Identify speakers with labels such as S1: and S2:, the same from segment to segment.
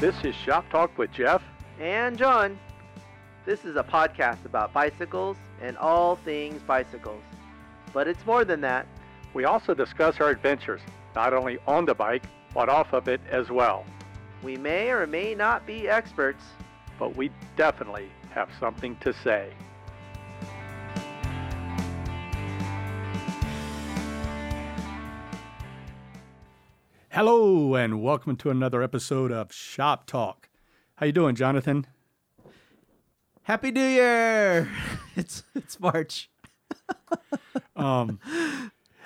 S1: This is Shop Talk with Jeff.
S2: And John. This is a podcast about bicycles and all things bicycles. But it's more than that.
S1: We also discuss our adventures, not only on the bike, but off of it as well.
S2: We may or may not be experts.
S1: But we definitely have something to say. Hello and welcome to another episode of Shop Talk. How you doing, Jonathan?
S2: Happy New Year! it's it's March.
S1: Um,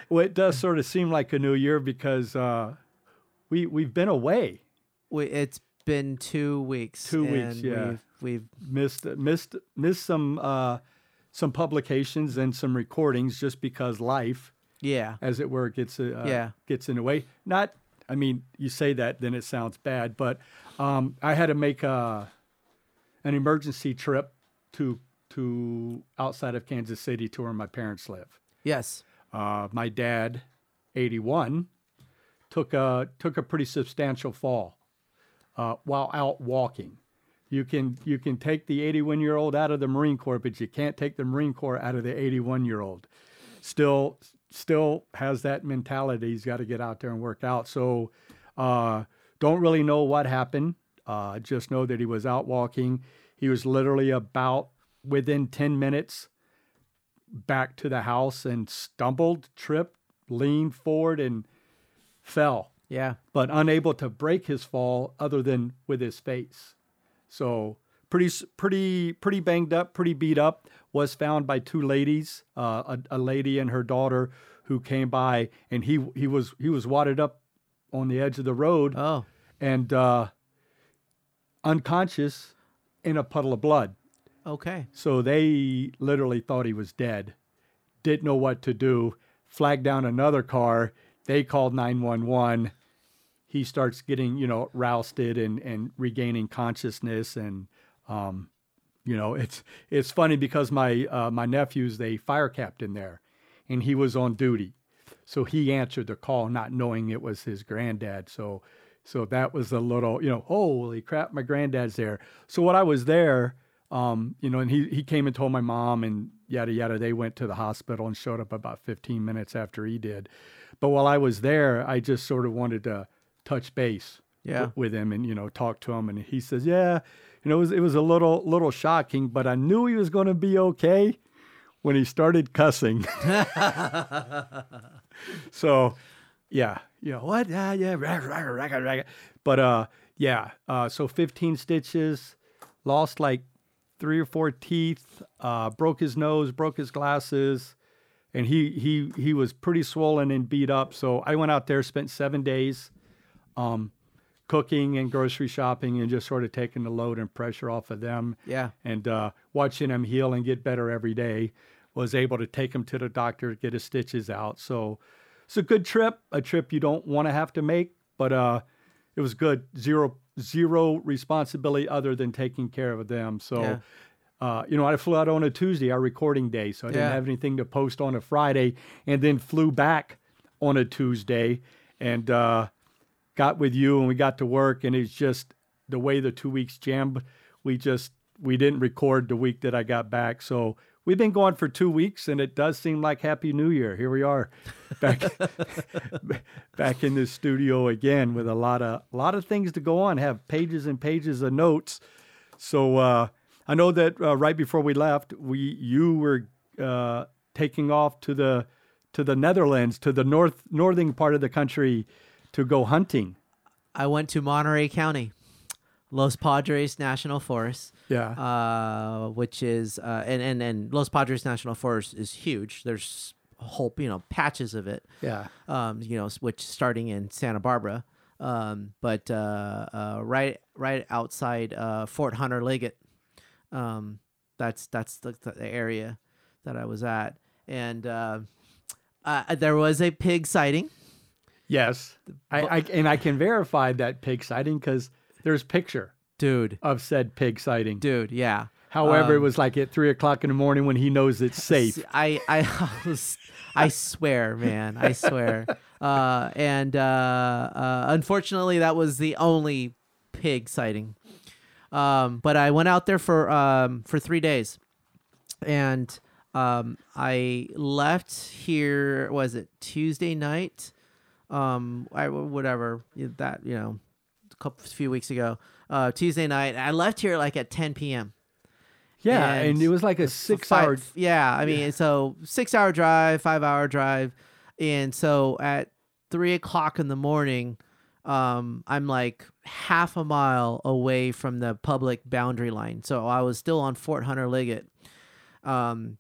S1: well, it does sort of seem like a new year because uh, we we've been away,
S3: We, it's been two weeks.
S1: Two weeks,
S3: and
S1: yeah.
S3: We've,
S1: missed missed missed some uh, some publications and some recordings just because life,
S3: we've yeah.
S1: as it were, gets uh,
S3: Yeah.
S1: gets in the way. Not, I mean, you say that, then it sounds bad, but um, I had to make uh an emergency trip to to outside of Kansas City to where my parents live.
S3: Yes.
S1: Uh, my dad, 81, took a took a pretty substantial fall uh, while out walking. You can you can take the 81 year old out of the Marine Corps, but you can't take the Marine Corps out of the 81 year old. Still still has that mentality. He's got to get out there and work out. So uh, don't really know what happened. Uh, just know that he was out walking. He was literally about within 10 minutes back to the house and stumbled, tripped, leaned forward, and fell,
S3: Yeah.
S1: but unable to break his fall other than with his face. So pretty, s- pretty, pretty banged up, pretty beat up. Was found by two ladies, uh, a, a lady and her daughter, who came by, and he he was he was wadded up on the edge of the road
S3: Oh.
S1: and uh, unconscious in a puddle of blood.
S3: Okay.
S1: So they literally thought he was dead, didn't know what to do, flagged down another car. They called 911. He starts getting, you know, rousted and, and regaining consciousness. And, um, you know, it's, it's funny because my, uh, my nephew's the fire captain there and he was on duty. So he answered the call, not knowing it was his granddad. So, so that was a little, you know, holy crap, my granddad's there. So when I was there, um, you know, and he he came and told my mom and yada yada. They went to the hospital and showed up about 15 minutes after he did. But while I was there, I just sort of wanted to touch base
S3: Yeah.
S1: w- with him and you know talk to him. And he says, yeah, you know, it was it was a little little shocking, but I knew he was going to be okay when he started cussing. so, yeah, you know what? Ah, yeah, rah, rah, rah, rah, rah. but uh, yeah. Uh, so 15 stitches, lost like three or four teeth, uh, broke his nose, broke his glasses, and he he he was pretty swollen and beat up. So I went out there, spent seven days, um, cooking and grocery shopping, and just sort of taking the load and pressure off of them
S3: Yeah.
S1: and uh, watching him heal and get better every day was able to take him to the doctor get his stitches out so it's a good trip a trip you don't want to have to make but uh, it was good zero zero responsibility other than taking care of them so
S3: Yeah.
S1: uh, you know i flew out on a tuesday our recording day so i didn't
S3: Yeah.
S1: have anything to post on a friday and then flew back on a tuesday and uh, got with you and we got to work and it's just the way the two weeks jammed we just we didn't record the week that i got back so we've been going for two weeks and it does seem like happy new year here we are back back in the studio again with a lot of a lot of things to go on have pages and pages of notes so uh, i know that uh, right before we left we you were uh, taking off to the to the netherlands to the north northern part of the country to go hunting
S3: I went to Monterey County, Los Padres National Forest,
S1: yeah
S3: uh, which is uh, and and and Los Padres National Forest is huge. There's whole you know patches of it.
S1: Yeah.
S3: um, you know, s- which starting in Santa Barbara, um, but uh, uh, right right outside uh, Fort Hunter Liggett. Um, that's that's the, the area that I was at, and uh, uh, there was a pig sighting.
S1: Yes. I, I and I can verify that pig sighting because there's picture
S3: Dude,
S1: of said pig sighting.
S3: dude, yeah.
S1: However, it was like at three o'clock in the morning when he knows it's safe.
S3: S- I I was- I swear, man, I swear. Uh, and uh, uh, unfortunately, that was the only p- pig sighting. Um, but I went out there for um, for three days, and um, I left here. Was it Tuesday night? Um, I whatever that you know, a couple few weeks ago. Uh, Tuesday night. I left here like at 10 p.m.
S1: Yeah,
S3: And
S1: and, it was like a six
S3: five-
S1: hour.
S3: Yeah, I mean, so six hour drive, five hour drive, and so at three o'clock in the morning, um, I'm like half a mile away from the public boundary line. So I was still on Fort Hunter Liggett, um,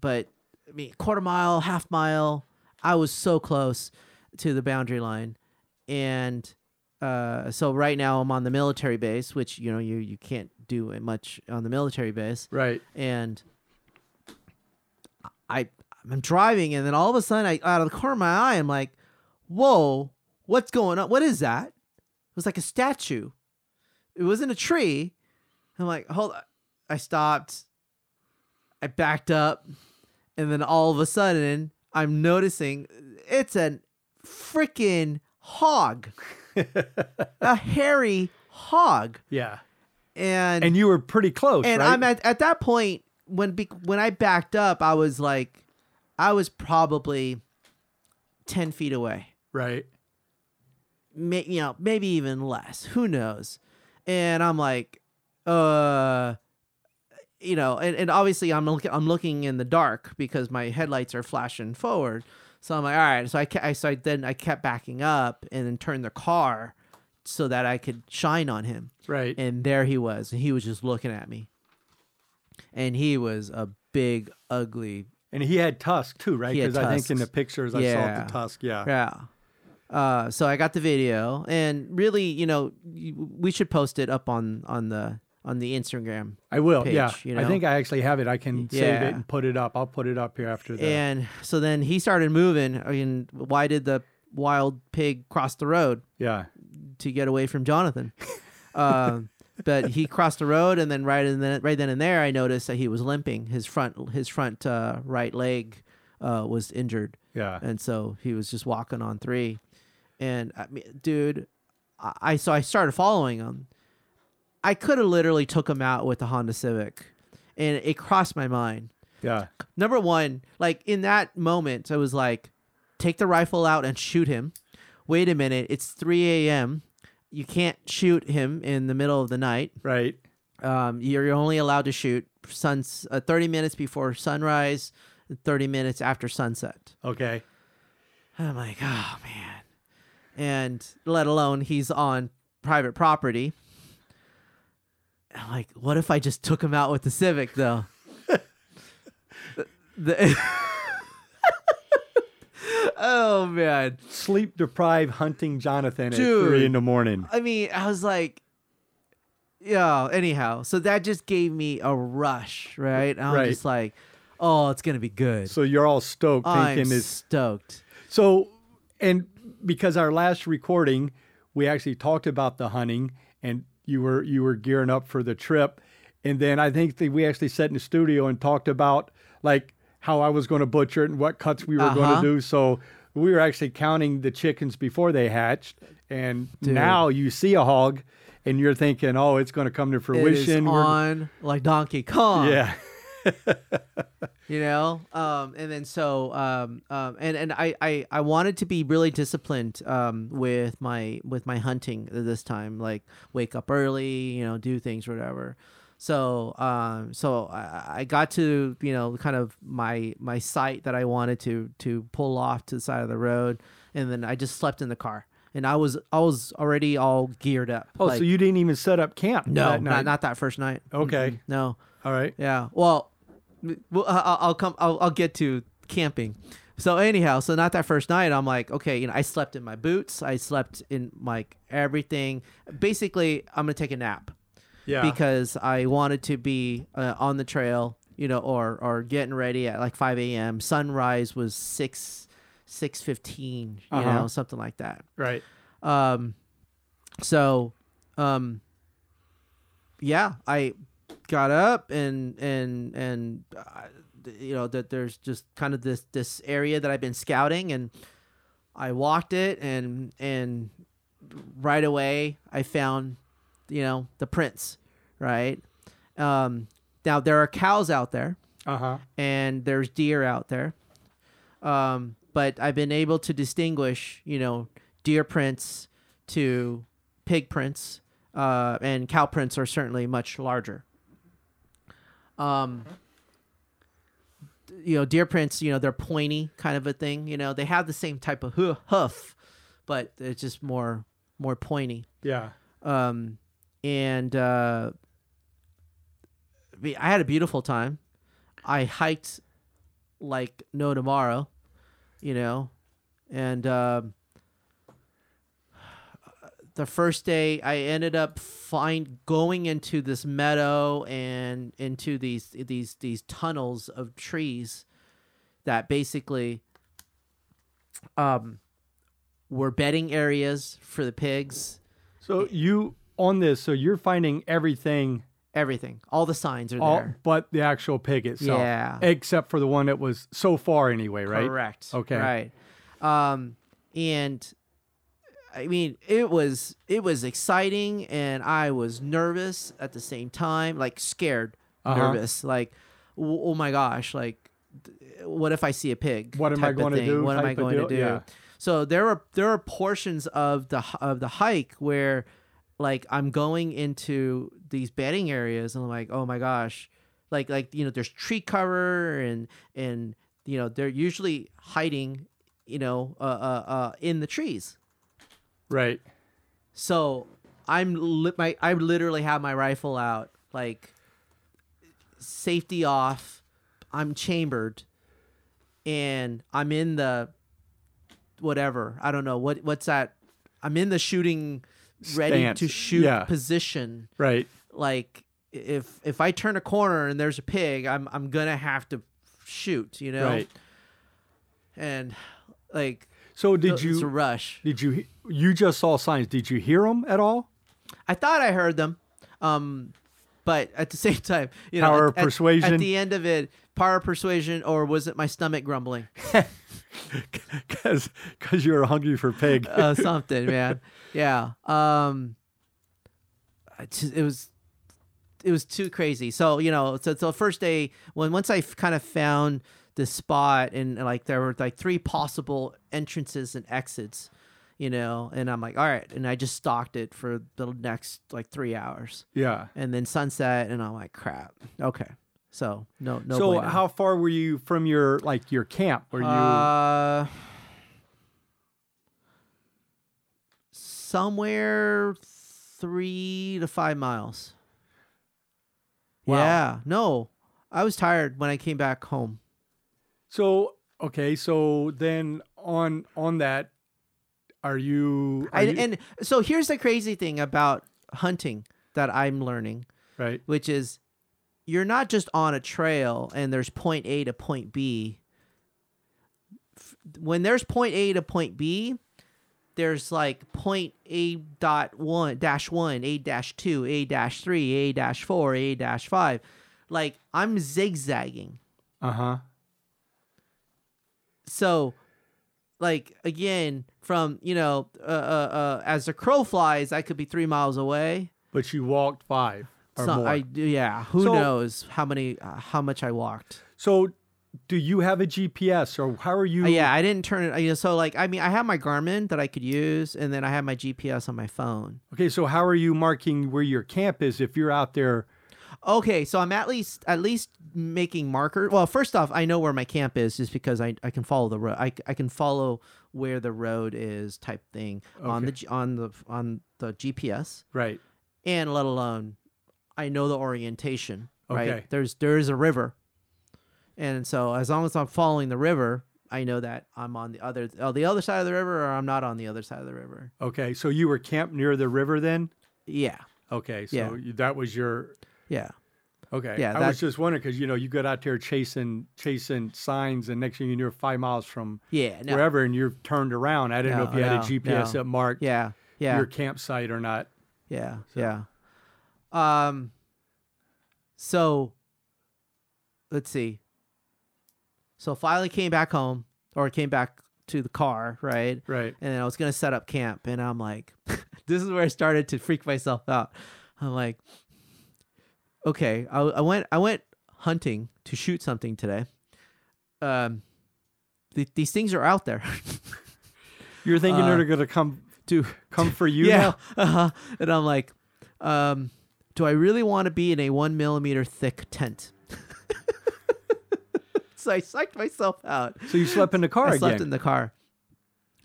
S3: but I mean, quarter mile, half mile, I was so close to the boundary line, and. Uh, so right now I'm on the military base, which you know you you can't do much on the military base
S1: Right.
S3: and I I'm driving and then all of a sudden I out of the corner of my eye I'm like, whoa, what's going on? What is that? It was like a statue. It wasn't a tree. I'm like, hold on. I stopped. I backed up, and then all of a sudden I'm noticing it's a freaking hog, a hairy hog,
S1: Yeah.
S3: and
S1: And you were pretty close,
S3: and
S1: right?
S3: I'm at at that point when be, when I backed up, I was like, I was probably ten feet away,
S1: right.
S3: May, you know, maybe even less. Who knows? And I'm like, uh, you know, and, and obviously I'm looking I'm looking in the dark because my headlights are flashing forward. So I'm like, all right. So I, ke- I so I, then I kept backing up and then turned the car so that I could shine on him
S1: Right.
S3: and there he was and he was just looking at me and he was a big ugly
S1: And he had tusk too, right?
S3: He had
S1: Because I think in the
S3: tusks.
S1: pictures I saw
S3: Yeah.
S1: the tusk. Yeah.
S3: yeah uh, so i got the video and really you know you- we should post it up on on the on the instagram
S1: I will.
S3: Page,
S1: yeah.
S3: you
S1: I
S3: know?
S1: think I actually have it. I can save
S3: Yeah.
S1: it and put it up. I'll put it up here after the
S3: and so then he started moving i mean why did the wild pig cross the road
S1: yeah.
S3: to get away from Jonathan. Um, but he crossed the road, and then right in the, right then and there, I noticed that he was limping. His front his front uh, right leg uh, was injured,
S1: Yeah.
S3: and so he was just walking on three. And I mean, dude, I, I so I started following him. I could have literally took him out with the Honda Civic, and it crossed my mind.
S1: Yeah.
S3: Number one, like in that moment, I was like, take the rifle out and shoot him. Wait a minute, it's 3 a.m. You can't shoot him in the middle of the night.
S1: Right.
S3: Um, you're only allowed to shoot suns uh, 30 minutes before sunrise, 30 minutes after sunset.
S1: Okay.
S3: And I'm like, oh man. And let alone he's on private property. I'm like, what if I just took him out with the Civic though? The- oh man.
S1: Sleep deprived hunting Jonathan at
S3: Dude.
S1: three in the morning.
S3: I mean, I was like, yeah, anyhow. So that just gave me a rush, right? I'm
S1: Right.
S3: just like, oh, it's gonna be good.
S1: So you're all stoked
S3: I'm
S1: thinking this
S3: stoked.
S1: So, and because our last recording, we actually talked about the hunting, and you were you were gearing up for the trip, and then I think that we actually sat in the studio and talked about like how I was going to butcher it and what cuts we were going
S3: Uh-huh.
S1: to do. So we were actually counting the chickens before they hatched, and now you see a hog, and you're thinking, oh, it's going to come to
S3: It is
S1: fruition. We're-
S3: on like Donkey Kong.
S1: yeah,
S3: you know um and then so um um and and I, I i wanted to be really disciplined um with my with my hunting this time like wake up early you know do things whatever so um so i i got to you know kind of my my site that i wanted to to pull off to the side of the road and then i just slept in the car and i was i was already all geared up
S1: Oh,
S3: Like,
S1: so you didn't even set up camp?
S3: no
S1: that
S3: not,
S1: night. Oh.
S3: not that first night
S1: Okay.
S3: Mm-mm, no
S1: Mm-hmm. All right.
S3: yeah. Well, m- well, I- I'll I'll come. I'll, I'll get to camping. So anyhow, so not that first night. I'm like, okay, you know, I slept in my boots. I slept in like everything. Basically, I'm gonna take a nap
S1: Yeah.
S3: because I wanted to be uh, on the trail, you know, or or getting ready at like 5 a.m. Sunrise was six six fifteen, you
S1: Uh-huh.
S3: know, something like that.
S1: right.
S3: Um, so, um, yeah, I got up and and and uh, you know that there's just kind of this this area that I've been scouting, and I walked it, and and right away I found you know, the prince, right? Um, now there are cows out there
S1: Uh huh.
S3: and there's deer out there. Um, but I've been able to distinguish, you know, deer prints to pig prints, uh, and cow prints are certainly much larger. Um, you know, deer prints, you know, they're pointy kind of a thing. You know, they have the same type of hoo- hoof, but it's just more more pointy
S1: Yeah.
S3: um, and uh, we- I had a beautiful time. I hiked like no tomorrow, you know, and um the first day I ended up find going into this meadow and into these these these tunnels of trees that basically um were bedding areas for the pigs
S1: So you on this? So you're finding everything,
S3: Everything. All the signs are
S1: all,
S3: there.
S1: but the actual pig itself.
S3: Yeah.
S1: Except for the one that was so far anyway, right?
S3: Correct.
S1: Okay.
S3: Right. Um, and I mean, it was it was exciting, and I was nervous at the same time, like scared,
S1: Uh-huh.
S3: nervous, like, w- oh my gosh, like, d- what if I see a pig?
S1: What am I
S3: type of
S1: gonna
S3: thing.
S1: do
S3: What am I
S1: type of
S3: going to
S1: deal.
S3: do?
S1: Yeah.
S3: So there are there are portions of the h- of the hike where, like, I'm going into these bedding areas, and I'm like, oh my gosh, like like you know, there's tree cover, and and you know, they're usually hiding, you know, uh uh, uh in the trees.
S1: Right.
S3: So I'm li- my I literally have my rifle out, like safety off. I'm chambered, and I'm in the whatever. I don't know what what's that. I'm in the shooting, ready to
S1: Stance.
S3: shoot
S1: Yeah.
S3: position.
S1: Right.
S3: Like if if I turn a corner and there's a pig, I'm I'm gonna have to shoot. You know,
S1: Right.
S3: and like
S1: So did
S3: it's a
S1: you?
S3: rush?
S1: Did you? he- You just saw signs. Did you hear them at all?
S3: I thought I heard them, um, but at the same time, you know,
S1: Power
S3: at- at- At,
S1: persuasion.
S3: the end of it, power of persuasion, or was it my stomach grumbling?
S1: Because because you're hungry for pig.
S3: Uh, something, man. Yeah. Um, I just- it was, it was too crazy. So you know, so so first day when once I kind of found the spot and like there were like three possible entrances and exits, you know, and I'm like, all right, and I just stalked it for the next like three hours.
S1: yeah.
S3: and then sunset and I'm like crap. Okay. So no no
S1: so
S3: bueno.
S1: how far were you from your like your camp? Were you?
S3: uh, somewhere three to five miles.
S1: Wow.
S3: Yeah. No. I was tired when I came back home.
S1: so okay. So then on on that, are you? Are
S3: I,
S1: you
S3: and so here's the crazy thing about hunting that I'm learning,
S1: right.
S3: which is you're not just on a trail and there's point A to point B. F- When there's point A to point B, there's like point A dot one dash one, A dash two, A dash three, A dash four, A dash five. Like I'm zigzagging.
S1: Uh huh.
S3: So, like again, from you know, uh, uh, uh, as the crow flies, I could be three miles away.
S1: But you walked five or
S3: So
S1: more.
S3: I yeah, who
S1: So-
S3: knows how many uh, how much I walked.
S1: so do you have a GPS or how are you?
S3: Uh, yeah, I didn't turn it. You know, so like, I mean, I have my Garmin that I could use, and then I have my GPS on my phone.
S1: Okay. So how are you marking where your camp is if you're out there?
S3: Okay, so I'm at least at least making markers. Well, first off, I know where my camp is just because I, I can follow the road. I, I can follow where the road is type thing on the G- on the on the GPS,
S1: Right.
S3: and let alone I know the orientation. Right?
S1: Okay.
S3: There's there is a river, and so as long as I'm following the river. I know that I'm on the other, oh, the other side of the river, or I'm not on the other side of the river.
S1: Okay. So you were camped near the river then.
S3: Yeah.
S1: Okay. So
S3: Yeah.
S1: you, that was your
S3: Yeah.
S1: Okay.
S3: Yeah,
S1: I was
S3: that's-
S1: just wondering because you know you get out there chasing chasing signs, and next thing you know, you're five miles from
S3: Yeah. No.
S1: wherever, and you're turned around. I didn't know
S3: No,
S1: if you had
S3: no,
S1: a GPS
S3: no.
S1: that marked
S3: Yeah. Yeah.
S1: your campsite or not.
S3: yeah. Yeah. Um so let's see. So finally came back home or came back to the car, right?
S1: Right.
S3: And I was gonna set up camp and I'm like this is where I started to freak myself out. I'm like, okay, I, I went I went hunting to shoot something today. Um, th- these things are out there.
S1: You're thinking
S3: Uh,
S1: they're going to come
S3: do
S1: come for you
S3: yeah,
S1: now?
S3: uh-huh. and I'm like, um, do I really want to be in a one millimeter thick tent? so I psyched myself out.
S1: So you slept in the car
S3: I
S1: again.
S3: slept in the car.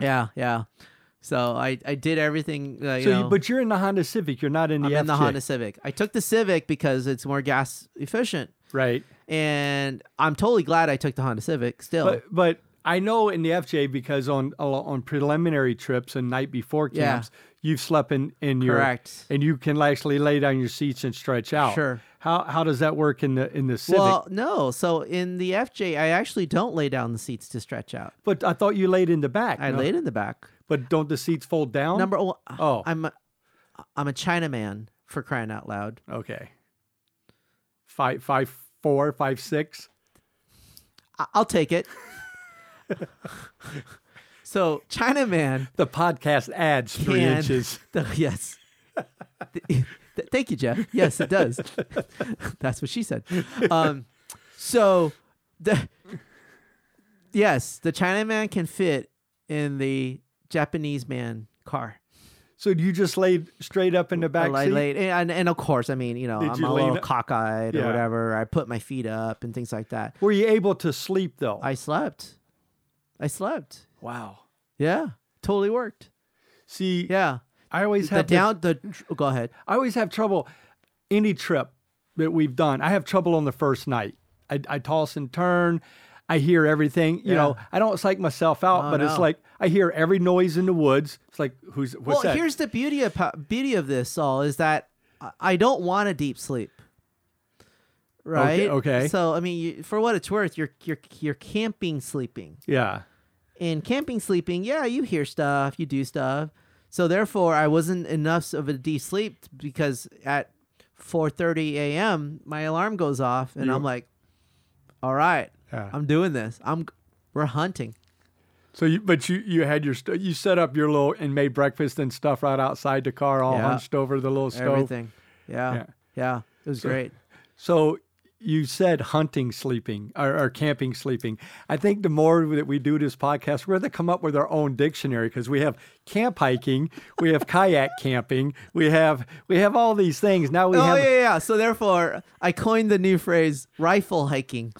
S3: Yeah, yeah. So I, I did everything. Uh, you
S1: so,
S3: know,
S1: you, but you're in the Honda Civic. You're not in the
S3: I'm in the
S1: FJ.
S3: Honda Civic. I took the Civic because it's more gas efficient,
S1: right?
S3: and I'm totally glad I took the Honda Civic. Still,
S1: But but I know in the FJ because on on preliminary trips and night before
S3: Yeah.
S1: camps, you've slept in in your
S3: correct.
S1: and you can actually lay down your seats and stretch out.
S3: Sure.
S1: How how does that work in the in the Civic?
S3: Well, no. So in the FJ, I actually don't lay down the seats to stretch out.
S1: but I thought you laid in the back.
S3: I
S1: no?
S3: laid in the back.
S1: But don't the seats fold down?
S3: Number one,
S1: Oh.
S3: I'm a, I'm a Chinaman for crying out loud.
S1: okay. Five five four five six.
S3: I- I'll take it. so Chinaman
S1: The podcast adds three
S3: can
S1: inches.
S3: the- yes. Th- th- Thank you, Jeff. Yes, it does. That's what she said. Um, so the yes, the Chinaman can fit in the Japanese man car.
S1: So you just laid straight up in the back
S3: I
S1: seat.
S3: laid, and, and of course, I mean, you know,
S1: Did
S3: I'm
S1: you
S3: a
S1: lean
S3: little
S1: up?
S3: cockeyed
S1: Yeah.
S3: or whatever. I put my feet up and things like that.
S1: Were you able to sleep though?
S3: I slept. I slept.
S1: wow.
S3: Yeah, totally worked.
S1: See,
S3: Yeah,
S1: I always
S3: the
S1: have this-
S3: down the. Go ahead.
S1: I always have trouble any trip that we've done. I have trouble on the first night. I, I toss and turn. I hear everything. You know,
S3: Yeah.
S1: I don't psych myself out,
S3: Oh,
S1: but it's
S3: no.
S1: like I hear every noise in the woods. It's like who's what's
S3: well,
S1: that?
S3: here's the beauty of po- beauty of this all is that I- I don't want a deep sleep. Right.
S1: okay.
S3: So I mean, you, for what it's worth, you're you're you're camping sleeping.
S1: yeah,
S3: in camping sleeping, yeah, you hear stuff, you do stuff. So therefore, I wasn't enough of a deep sleep because at 4:30 a.m. my alarm goes off and
S1: You-
S3: I'm like, "All right,
S1: Yeah.
S3: I'm doing this. I'm we're hunting."
S1: So you, but you you had your st- you set up your little and made breakfast and stuff right outside the car, all
S3: Yeah.
S1: hunched over the little stove.
S3: Everything, yeah,
S1: Yeah.
S3: yeah, it was great.
S1: So you said hunting sleeping or, or camping sleeping. I think the more that we do this podcast, we're going to come up with our own dictionary because we have camp hiking, we have kayak camping, we have we have all these things. Now we
S3: oh
S1: have
S3: yeah, yeah. So therefore, I coined the new phrase "rifle hiking."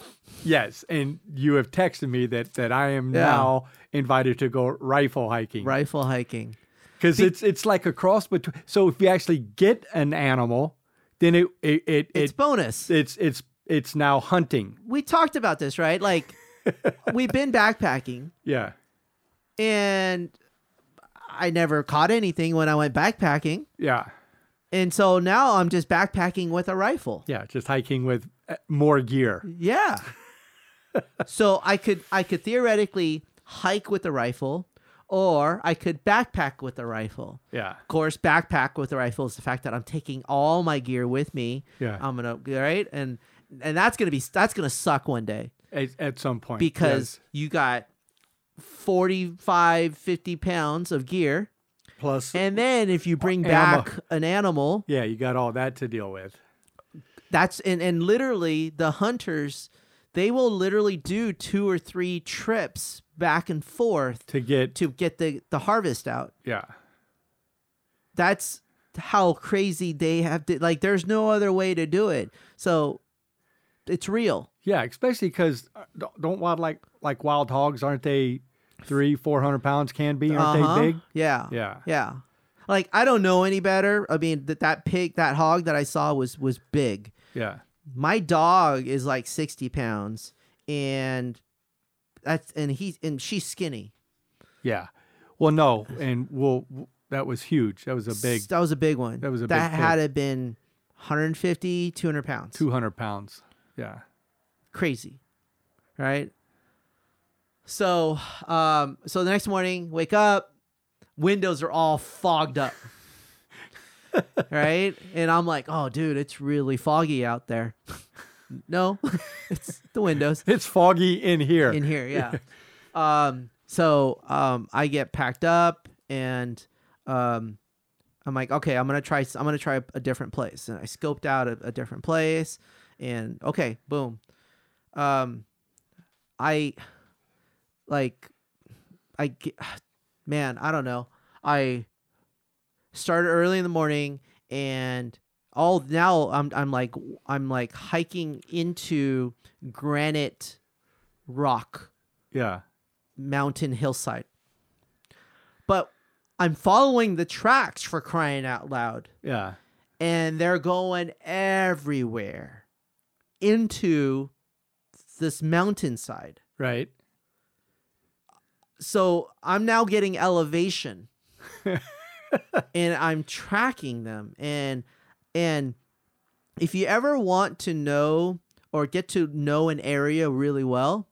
S1: yes, and you have texted me that that I am
S3: Yeah.
S1: now invited to go rifle hiking
S3: Rifle hiking.
S1: because it's it's like a cross between. So if you actually get an animal, then it it it,
S3: It's
S1: it
S3: bonus.
S1: it's it's it's now hunting.
S3: we talked about this, right? Like, we've been backpacking.
S1: Yeah.
S3: and I never caught anything when I went backpacking.
S1: Yeah.
S3: And so now I'm just backpacking with a rifle.
S1: Yeah, just hiking with uh, more gear.
S3: Yeah. so I could I could theoretically hike with a rifle or I could backpack with a rifle.
S1: Yeah.
S3: Of course, backpack with a rifle is the fact that I'm taking all my gear with me.
S1: Yeah.
S3: I'm going to right and and that's going to be that's going to suck one day
S1: At, at some point.
S3: because you got 45 50 pounds of gear
S1: yes. plus
S3: And then if you bring
S1: Animal.
S3: back an animal,
S1: yeah, you got all that to deal with.
S3: that's and, and literally the hunters, they will literally do two or three trips back and forth
S1: To get
S3: to get the, the harvest out.
S1: yeah.
S3: That's how crazy they have to like there's no other way to do it. So it's real.
S1: Yeah, especially cuz don't wild like like wild hogs aren't they 3 400 pounds can be aren't
S3: Uh-huh.
S1: they big?
S3: Yeah.
S1: Yeah.
S3: Yeah. Like I don't know any better. I mean that that pig, that hog that I saw was was big.
S1: Yeah.
S3: my dog is like 60 pounds and that's and he's and she's skinny
S1: Yeah. Well, no, and we'll that was huge. That was a big
S3: that was a big one
S1: That was a big
S3: that
S1: pig.
S3: had to been 150 200 pounds
S1: 200 pounds. Yeah.
S3: crazy right so um so the next morning wake up windows are all fogged up right and i'm like oh dude it's really foggy out there no it's the windows
S1: It's foggy in here.
S3: in here yeah um so um i get packed up and um I'm like, okay, I'm gonna try. I'm gonna try a different place, and I scoped out a, a different place, and okay, boom. Um, I like, I ge- man, I don't know. I started early in the morning, and all now I'm I'm like I'm like hiking into granite rock
S1: Yeah.
S3: mountain hillside. But I'm following the tracks for crying out loud.
S1: Yeah.
S3: And they're going everywhere into this mountainside.
S1: Right.
S3: So I'm now getting elevation and I'm tracking them. And and if you ever want to know or get to know an area really well,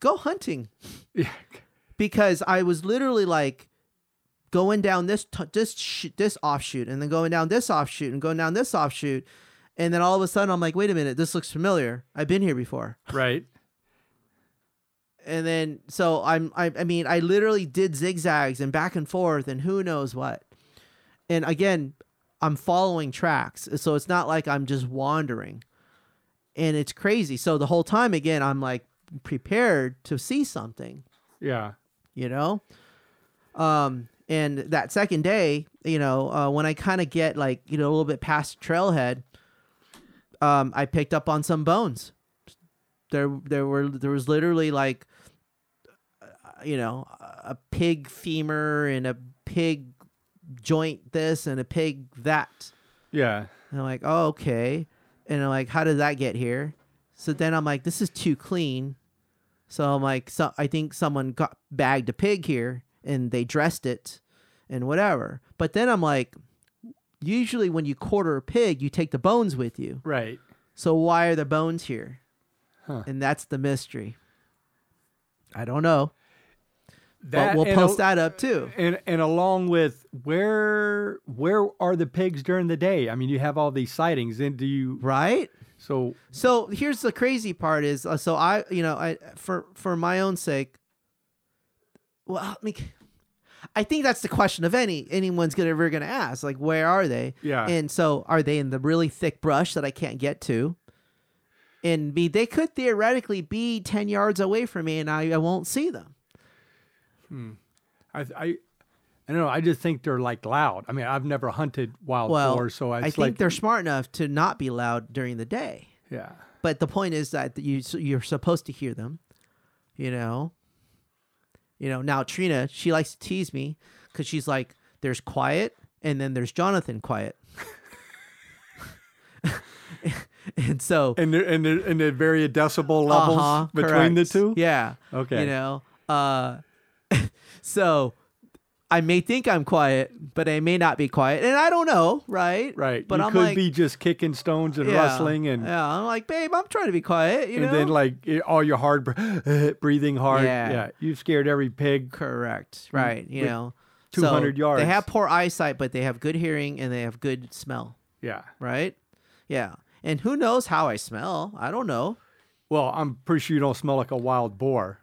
S3: go hunting.
S1: Yeah.
S3: because I was literally like going down this t- this sh- this offshoot and then going down this offshoot and going down this offshoot, and then all of a sudden I'm like, wait a minute, this looks familiar. I've been here before.
S1: Right.
S3: And then so I'm I, I mean I literally did zigzags and back and forth and who knows what, and again I'm following tracks, so it's not like I'm just wandering, and it's crazy. So the whole time again I'm like prepared to see something
S1: Yeah.
S3: you know um and that second day you know uh, when i kind of get like you know a little bit past trailhead um i picked up on some bones there there were there was literally like uh, you know a pig femur and a pig joint this and a pig that
S1: Yeah.
S3: and I'm like, oh, okay. And I'm like, how did that get here? So then I'm like, this is too clean. So I'm like, so I think someone got bagged a pig here and they dressed it and whatever. But then I'm like, usually when you quarter a pig, you take the bones with you.
S1: Right.
S3: So why are the bones here?
S1: Huh.
S3: And that's the mystery. I don't know.
S1: That,
S3: but we'll
S1: and
S3: post
S1: al-
S3: that up too.
S1: And and along with where where are the pigs during the day? I mean, you have all these sightings, and do you
S3: Right?
S1: so
S3: So here's the crazy part is uh, so I you know I for for my own sake. Well, I mean, I think that's the question of any anyone's gonna ever gonna ask like where are they?
S1: Yeah.
S3: And so are they in the really thick brush that I can't get to? And me, they could theoretically be ten yards away from me, and I, I won't see them.
S1: I I. I don't know. I just think they're like loud. I mean, I've never hunted wild
S3: Well,
S1: boar, so
S3: I
S1: it's
S3: think
S1: like,
S3: they're smart enough to not be loud during the day.
S1: yeah,
S3: but the point is that you you're supposed to hear them you know you know now trina she likes to tease me because she's like there's quiet and then there's jonathan quiet and so
S1: and they're, and they're, and they vary at decibel levels
S3: uh-huh,
S1: between the
S3: correct.
S1: two.
S3: yeah
S1: Okay.
S3: you know uh so i may think i'm quiet but i may not be quiet and i don't know right
S1: Right.
S3: but
S1: you
S3: i'm
S1: could
S3: like
S1: be just kicking stones and
S3: yeah,
S1: rustling and
S3: yeah i'm like babe i'm trying to be quiet you
S1: and
S3: know
S1: then like it- all your hard br- breathing hard.
S3: Yeah.
S1: you scared every pig.
S3: Correct. Right. You
S1: Mm, with
S3: know,
S1: 200
S3: so
S1: yards.
S3: They have poor eyesight, but they have good hearing and they have good smell.
S1: Yeah.
S3: Right. Yeah. And who knows how I smell? I don't know.
S1: Well, I'm pretty sure you don't smell like a wild boar.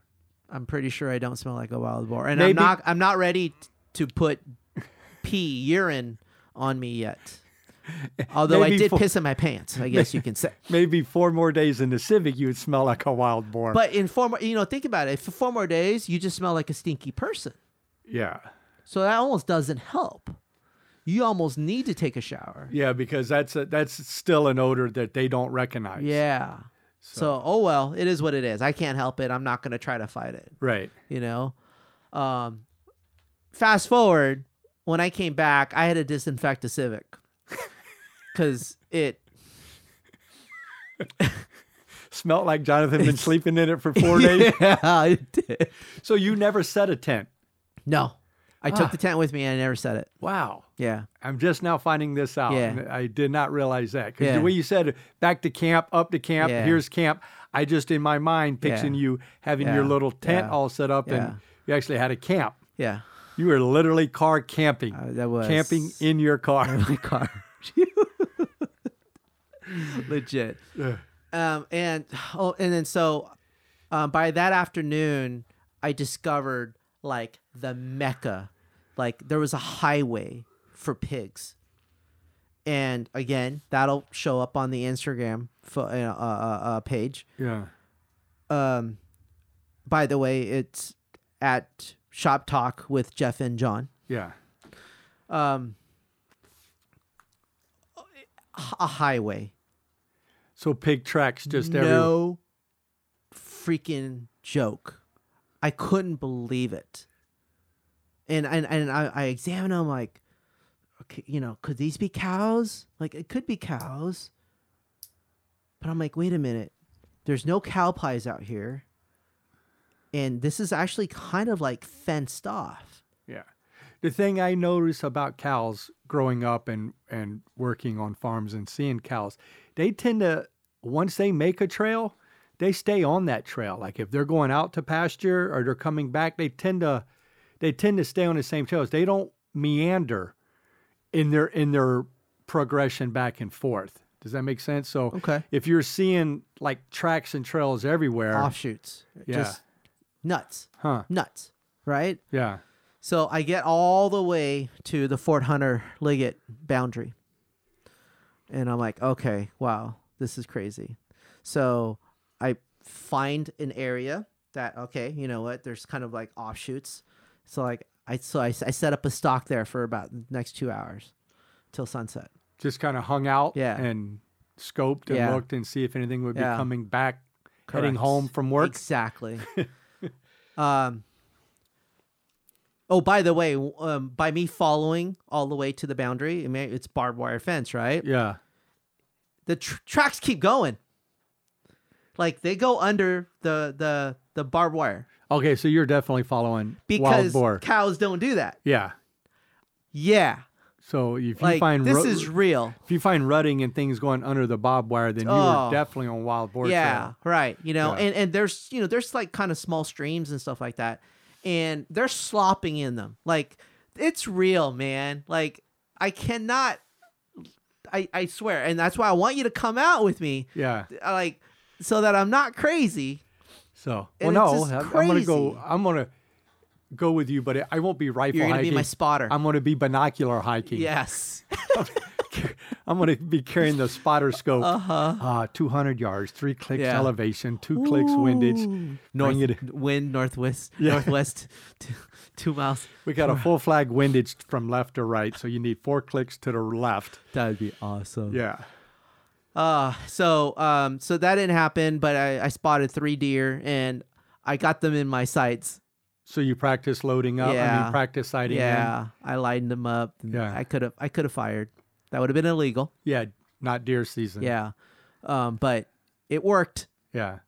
S3: I'm pretty sure I don't smell like a wild boar, and I'm
S1: Maybe-
S3: not. I'm not ready t- to put pee urine on me yet. Although I
S1: Maybe
S3: did
S1: for-
S3: piss in my pants, I guess you can say.
S1: Maybe four more days in the civic, you would smell like a wild boar.
S3: But in four, more, you know, think about it. For four more days, you just smell like a stinky person.
S1: yeah,
S3: So that almost doesn't help. You almost need to take a shower.
S1: yeah, because that's a, that's still an odor that they don't recognize.
S3: Yeah. So. oh well, it is what it is. I can't help it. I'm not gonna try to fight it.
S1: Right.
S3: You know. Um, fast forward, when I came back, I had to disinfect a Civic because it.
S1: Smelled like Jonathan been sleeping in it for four days.
S3: Yeah, it did.
S1: So you never set a tent.
S3: No, I
S1: Ah.
S3: took the tent with me and I never said it.
S1: Wow.
S3: Yeah.
S1: I'm just now finding this out.
S3: Yeah.
S1: and I did not realize that. Because
S3: Yeah.
S1: the way you said it, back to camp, up to camp,
S3: Yeah.
S1: here's camp. I just in my mind picturing you having your
S3: Yeah.
S1: little tent
S3: Yeah.
S1: all set up
S3: Yeah.
S1: and you actually had a camp.
S3: Yeah.
S1: You were literally car camping.
S3: Uh, that was
S1: Camping in your car.
S3: my car. Legit. Um, and oh, and then so um, by that afternoon, I discovered like the mecca like there was a highway for pigs and again that'll show up on the instagram fo- uh, uh, uh, page
S1: Yeah.
S3: um by the way it's at shop talk with jeff and john
S1: Yeah.
S3: um a highway
S1: So pig tracks just everywhere.
S3: no freaking joke. I couldn't believe it. And and, and I, I examined them like, okay, you know, could these be cows? Like it could be cows. But I'm like, wait a minute. There's no cow pies out here. And this is actually kind of like fenced off.
S1: Yeah. The thing I notice about cows growing up and, and working on farms and seeing cows, they tend to, once they make a trail, they stay on that trail. Like if they're going out to pasture or they're coming back, they tend to, they tend to stay on the same trails. They don't meander in their, in their progression back and forth. Does that make sense? So
S3: Okay.
S1: if you're seeing like tracks and trails everywhere,
S3: Offshoots.
S1: Yeah.
S3: Just nuts.
S1: huh?
S3: Nuts. Right?
S1: Yeah.
S3: So I get all the way to the Fort Hunter Liggett boundary. And I'm like, okay, wow, this is crazy. So I find an area that, okay, you know what? There's kind of like offshoots. So like I so I, I set up a stock there for about the next two hours till sunset.
S1: just kind of hung out
S3: Yeah.
S1: and scoped and
S3: Yeah.
S1: looked and see if anything would be
S3: Yeah.
S1: coming back heading
S3: Correct.
S1: home from work.
S3: Exactly. um. Oh, by the way, w- um, by me following all the way to the boundary, I mean, it's barbed wire fence, right?
S1: yeah.
S3: the tr- tracks keep going. Like they go under the the the barbed wire
S1: Okay, so you're definitely following wild
S3: because
S1: boar.
S3: cows don't do that.
S1: yeah.
S3: Yeah,
S1: So if you
S3: like
S1: find
S3: this
S1: ru-
S3: is real.
S1: if you find rutting and things going under the bob wire, then you
S3: Oh.
S1: were definitely on wild boar.
S3: yeah,
S1: trail.
S3: right. You know,
S1: Yeah.
S3: and and there's you know there's like kind of small streams and stuff like that, and they're slopping in them. Like it's real, man. Like I cannot. I, I swear, and that's why I want you to come out with me,
S1: Yeah.
S3: I like, so that I'm not crazy.
S1: So well,
S3: And
S1: no,
S3: it's
S1: I-
S3: just
S1: I'm gonna go.
S3: crazy.
S1: I'm gonna go with you, but I won't be rifle
S3: You're gonna
S1: hiking.
S3: be my spotter.
S1: I'm gonna be binocular hiking.
S3: yes.
S1: I'm gonna be carrying the spotter scope.
S3: Uh huh.
S1: Uh, 200 yards, three clicks
S3: Yeah.
S1: elevation, two clicks windage.
S3: Ooh. north
S1: it
S3: wind northwest
S1: Yeah.
S3: northwest two, two miles
S1: We got a full flag windage from left to right, so you need four clicks to the left.
S3: that'd be awesome
S1: Yeah.
S3: uh so um so that didn't happen but i i spotted three deer and i got them in my sights
S1: So you practice loading up. I
S3: Yeah.
S1: mean, practice sighting. in.
S3: yeah i lined them up and
S1: Yeah.
S3: i could have i could have fired that would have been illegal
S1: Yeah. Not deer season.
S3: yeah um but it worked
S1: Yeah.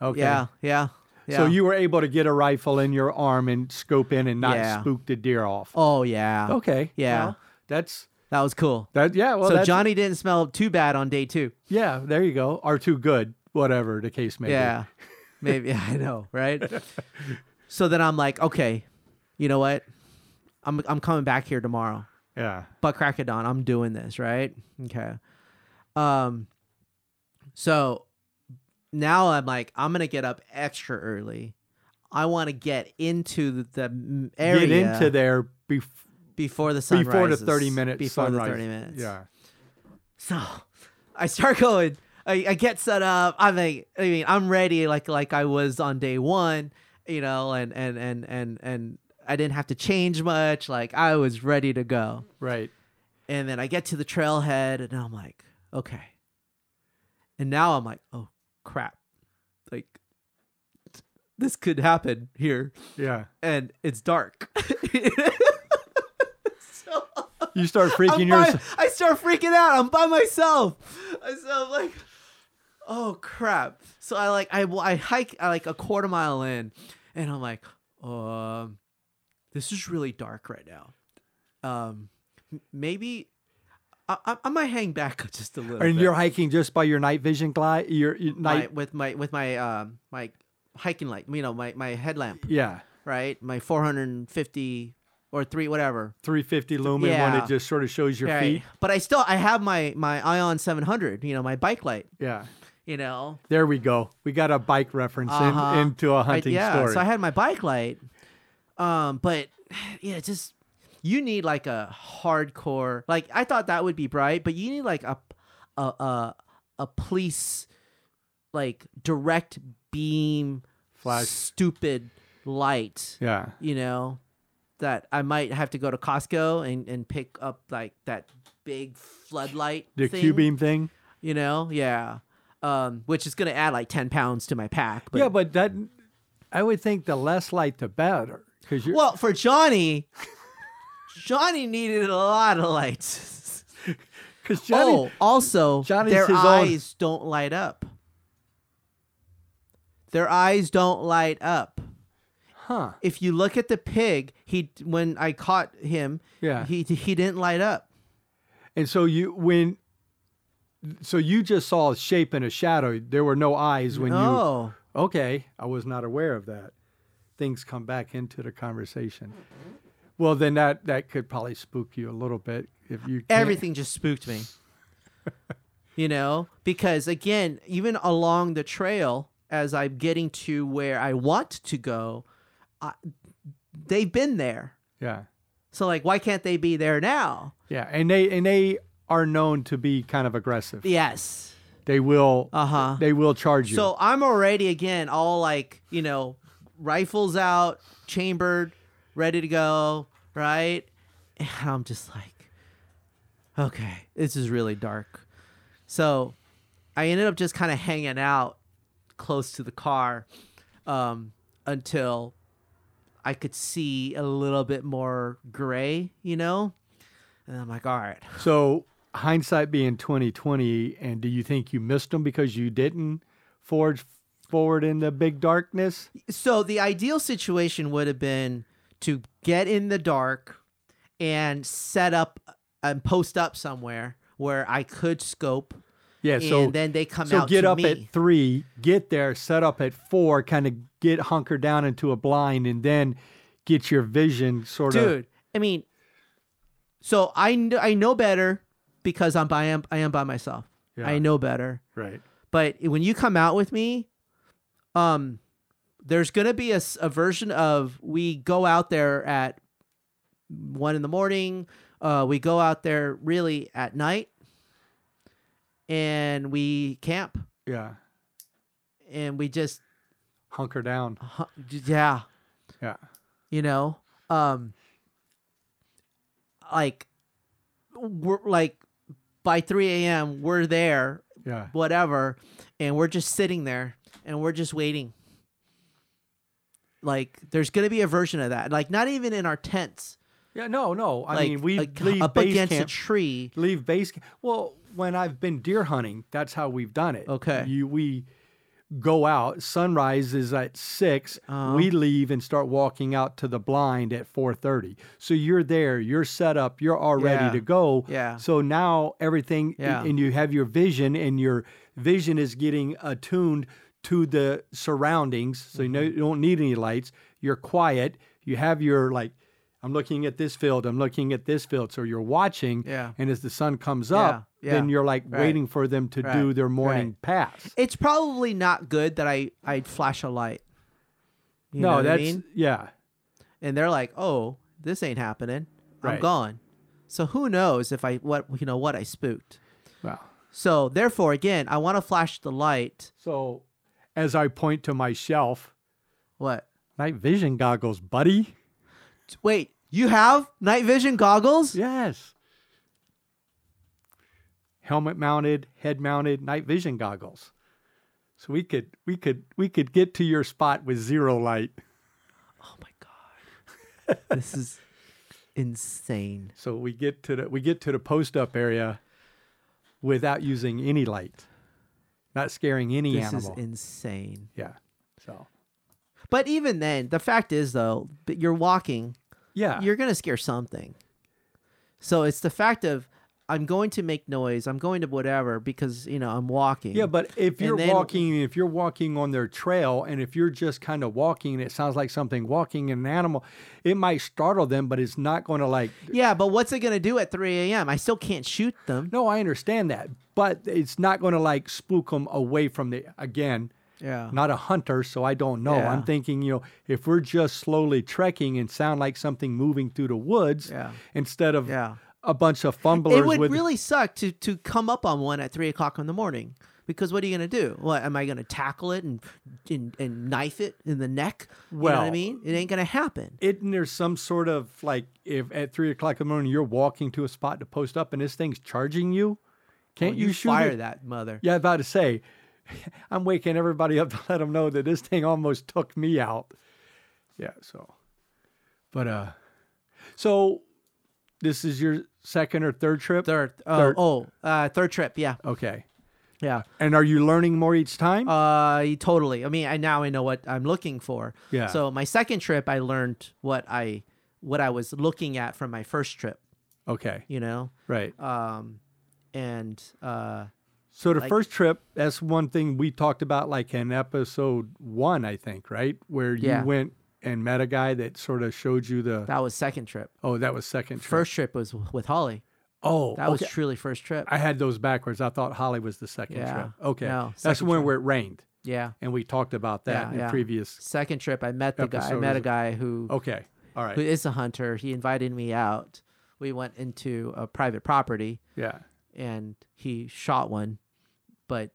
S1: Okay.
S3: yeah yeah yeah
S1: So you were able to get a rifle in your arm and scope in and not
S3: Yeah.
S1: spook the deer off.
S3: oh yeah
S1: Okay.
S3: Yeah.
S1: Well, that's
S3: that was cool
S1: that. Yeah. Well,
S3: so
S1: that's,
S3: johnny didn't smell too bad on day two
S1: Yeah. There you go. Or too good, whatever the case may be.
S3: Yeah. Maybe I know, right? so then I'm like, okay, you know what? I'm I'm coming back here tomorrow.
S1: Yeah.
S3: But crack of dawn, I'm doing this, right? Okay. Um so now I'm like, I'm gonna get up extra early. I want to get into the, the m- area
S1: Get into there bef-
S3: before the sun
S1: before the
S3: rises,
S1: 30 minutes.
S3: Before
S1: sunrise.
S3: the 30 minutes.
S1: Yeah.
S3: So I start going. I, I get set up. I'm like, I mean, I'm ready, like like I was on day one, you know, and and and and and I didn't have to change much. Like I was ready to go.
S1: Right.
S3: And then I get to the trailhead, and I'm like, okay. And now I'm like, oh crap, like this could happen here,
S1: Yeah.
S3: and it's dark. so
S1: You start
S3: I'm
S1: freaking
S3: by-
S1: yourself.
S3: I start freaking out. I'm by myself. And So I'm like, oh crap. So I like I I hike I like a quarter mile in, and I'm like, um, this is really dark right now. Um, m- maybe I I, I might hang back just a little.
S1: And
S3: bit.
S1: you're hiking just by your night vision glide, your, your
S3: My-
S1: night.
S3: with my with my um my hiking light, you know my my headlamp,
S1: Yeah.
S3: right? My 450 or three whatever
S1: 350 lumen one
S3: Yeah.
S1: that just sort of shows your
S3: Right.
S1: feet.
S3: But I still I have my my Ion 700, you know, my bike light,
S1: Yeah.
S3: you know.
S1: There we go. We got a bike reference
S3: Uh-huh.
S1: in, into a
S3: I-
S1: hunting
S3: yeah,
S1: story.
S3: so I had my bike light. Um, but yeah, just you need like a hardcore like I thought that would be bright, but you need like a a a, a police like direct beam
S1: Flash.
S3: stupid light
S1: Yeah.
S3: you know, that I might have to go to Costco and, and pick up like that big floodlight.
S1: The
S3: thing,
S1: Q beam thing.
S3: You know, yeah. Um, which is gonna add like ten pounds to my pack. But,
S1: yeah, but that I would think the less light the better because you're
S3: well, for Johnny, Johnny needed a lot of lights.
S1: because Johnny.
S3: oh, also,
S1: Johnny's
S3: their
S1: his own-
S3: eyes don't light up. Their eyes don't light up.
S1: Huh.
S3: If you look at the pig, he when I caught him,
S1: Yeah.
S3: he he didn't light up.
S1: And so you when so you just saw a shape and a shadow. There were no eyes when you
S3: oh.
S1: Okay, I was not aware of that. Things come back into the conversation. Well, then that that could probably spook you a little bit if you can't-
S3: everything just spooked me. you know, because again, even along the trail, as I'm getting to where I want to go, I, they've been there.
S1: Yeah,
S3: So like, why can't they be there now?
S1: yeah, and they and they are known to be kind of aggressive.
S3: Yes.
S1: They will.
S3: Uh huh.
S1: They will charge you.
S3: So I'm already again all like, you know, rifles out, chambered, ready to go, right? And I'm just like, okay, this is really dark. So I ended up just kind of hanging out close to the car um, until I could see a little bit more gray, you know? And I'm like, all right.
S1: So hindsight being twenty twenty, and do you think you missed them because you didn't forge forward in the big darkness?
S3: so the ideal situation would have been to get in the dark and set up and post up somewhere where I could scope,
S1: Yeah. So
S3: and then they come
S1: so
S3: out.
S1: get
S3: to
S1: up
S3: me.
S1: at three, get there, set up at four, kind of get hunker down into a blind, and then get your vision sort of.
S3: dude. I mean, so I kn- I know better because I'm by I am, I am by myself.
S1: Yeah.
S3: I know better,
S1: Right.
S3: but when you come out with me, um, there's gonna be a, s- a version of we go out there at one in the morning. Uh, we go out there really at night, and we camp,
S1: Yeah.
S3: and we just
S1: Hunker down.
S3: hu- j- yeah,
S1: Yeah.
S3: you know, um, like we're like by three a.m. we're there,
S1: Yeah.
S3: whatever, and we're just sitting there and we're just waiting. Like there's gonna be a version of that, like not even in our tents.
S1: Yeah. No. No. I
S3: like
S1: mean, we
S3: like,
S1: leave
S3: up
S1: base
S3: against
S1: camp.
S3: a tree.
S1: leave base camp. Well, when I've been deer hunting, that's how we've done it.
S3: Okay.
S1: You we go out. Sunrise is at 6
S3: Uh-huh.
S1: We leave and start walking out to the blind at four thirty. So you're there. You're set up. You're all
S3: Yeah.
S1: ready to go.
S3: Yeah.
S1: So now everything,
S3: Yeah.
S1: and you have your vision, and your vision is getting attuned to the surroundings. So you, know,
S3: Mm-hmm.
S1: you don't need any lights. You're quiet. You have your like. I'm looking at this field. I'm looking at this field. So you're watching.
S3: Yeah.
S1: And as the sun comes up,
S3: yeah.
S1: then you're like
S3: Right.
S1: waiting for them to do
S3: Right.
S1: their morning pass.
S3: It's probably not good that I I flash a light. You know
S1: no,
S3: what I
S1: that's
S3: mean?
S1: yeah.
S3: and they're like, oh, this ain't happening. I'm
S1: Right.
S3: gone. So who knows if I what you know what I spooked.
S1: Wow.
S3: So therefore, again, I want to flash the light.
S1: So as I point to my shelf,
S3: What?
S1: night vision goggles, buddy.
S3: Wait, you have night vision goggles?
S1: Yes. Helmet mounted, head mounted, night vision goggles. So we could we could we could get to your spot with zero light.
S3: Oh my god. this is insane.
S1: So we get to the we get to the post up area without using any light. Not scaring any
S3: This
S1: animal.
S3: is insane.
S1: yeah. So
S3: But even then, the fact is though, that you're walking,
S1: yeah.
S3: you're going to scare something. So it's the fact of I'm going to make noise, I'm going to whatever because, you know, I'm walking.
S1: Yeah, but if
S3: And
S1: you're
S3: then-
S1: walking, if you're walking on their trail, and if you're just kind of walking, and it sounds like something walking in an animal, it might startle them, but it's not going to like.
S3: Yeah, but what's it gonna do at 3 a.m.? I still can't shoot them.
S1: No, I understand that, but it's not going to like spook them away from the. Again,
S3: Yeah.
S1: not a hunter, so I don't know.
S3: Yeah.
S1: I'm thinking, you know, if we're just slowly trekking and sound like something moving through the woods
S3: Yeah.
S1: instead of
S3: Yeah.
S1: a bunch of fumblers
S3: It would
S1: with
S3: really suck to to come up on one at three o'clock in the morning. Because what are you going to do? What am I going to tackle it and, and and knife it in the neck? you know what I
S1: Well-
S3: mean, it ain't going to happen.
S1: isn't there some sort of like if at three o'clock in the morning you're walking to a spot to post up and this thing's charging you? Can't
S3: Well,
S1: you, shoot
S3: Oh, fire
S1: it?
S3: that mother?
S1: Yeah, about to say, I'm waking everybody up to let them know that this thing almost took me out. Yeah, so, but uh, so this is your second or third trip.
S3: Third, oh,
S1: Third.
S3: oh uh, third trip, yeah,
S1: Okay,
S3: yeah.
S1: and are you learning more each time?
S3: Uh, y- totally. I mean, I now I know what I'm looking for.
S1: Yeah.
S3: So my second trip, I learned what I what I was looking at from my first trip.
S1: okay,
S3: You know,
S1: right.
S3: um, and uh,
S1: So the
S3: like-
S1: first trip, that's one thing we talked about, like in episode one, I think, right, where you
S3: Yeah.
S1: went and met a guy that sort of showed you the.
S3: that was second trip.
S1: oh, that was second trip.
S3: First trip was w- with Holly.
S1: Oh,
S3: That was
S1: okay.
S3: truly first trip.
S1: I had those backwards. I thought Holly was the second
S3: Yeah.
S1: trip. Okay,
S3: No,
S1: that's the
S3: second
S1: one
S3: trip.
S1: where it rained.
S3: yeah.
S1: and we talked about that
S3: Yeah,
S1: in
S3: yeah.
S1: previous.
S3: Second trip, I met the guy. I
S1: Episode
S3: met
S1: is-
S3: a guy who
S1: Okay, all right,
S3: who is a hunter. He invited me out. We went into a private property.
S1: yeah,
S3: and he shot one, but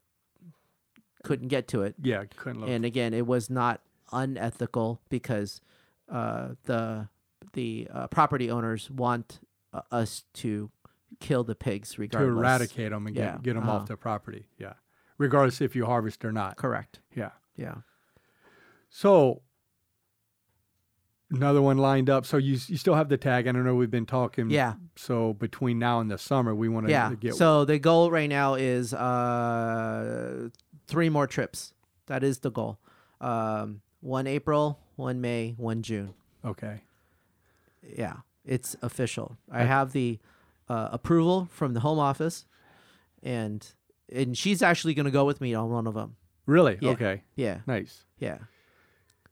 S3: couldn't get to it.
S1: yeah, couldn't look.
S3: And again, it was not unethical because uh, the the uh, property owners want uh, us to kill the pigs
S1: to
S3: regardless.
S1: eradicate them and
S3: Yeah,
S1: get, get them
S3: uh-huh.
S1: off their property. Yeah, regardless if you harvest or not.
S3: Correct.
S1: Yeah.
S3: Yeah.
S1: So another one lined up. So you s- you still have the tag. I don't know. We've been talking.
S3: Yeah.
S1: So between now and the summer, we want to
S3: Yeah.
S1: get.
S3: So the goal right now is uh, three more trips. That is the goal. Um, one April, one May, one June.
S1: okay.
S3: Yeah, it's official. I have the uh, approval from the home office, and and she's actually going to go with me on one of them.
S1: Really?
S3: Yeah.
S1: Okay.
S3: Yeah,
S1: Nice.
S3: yeah,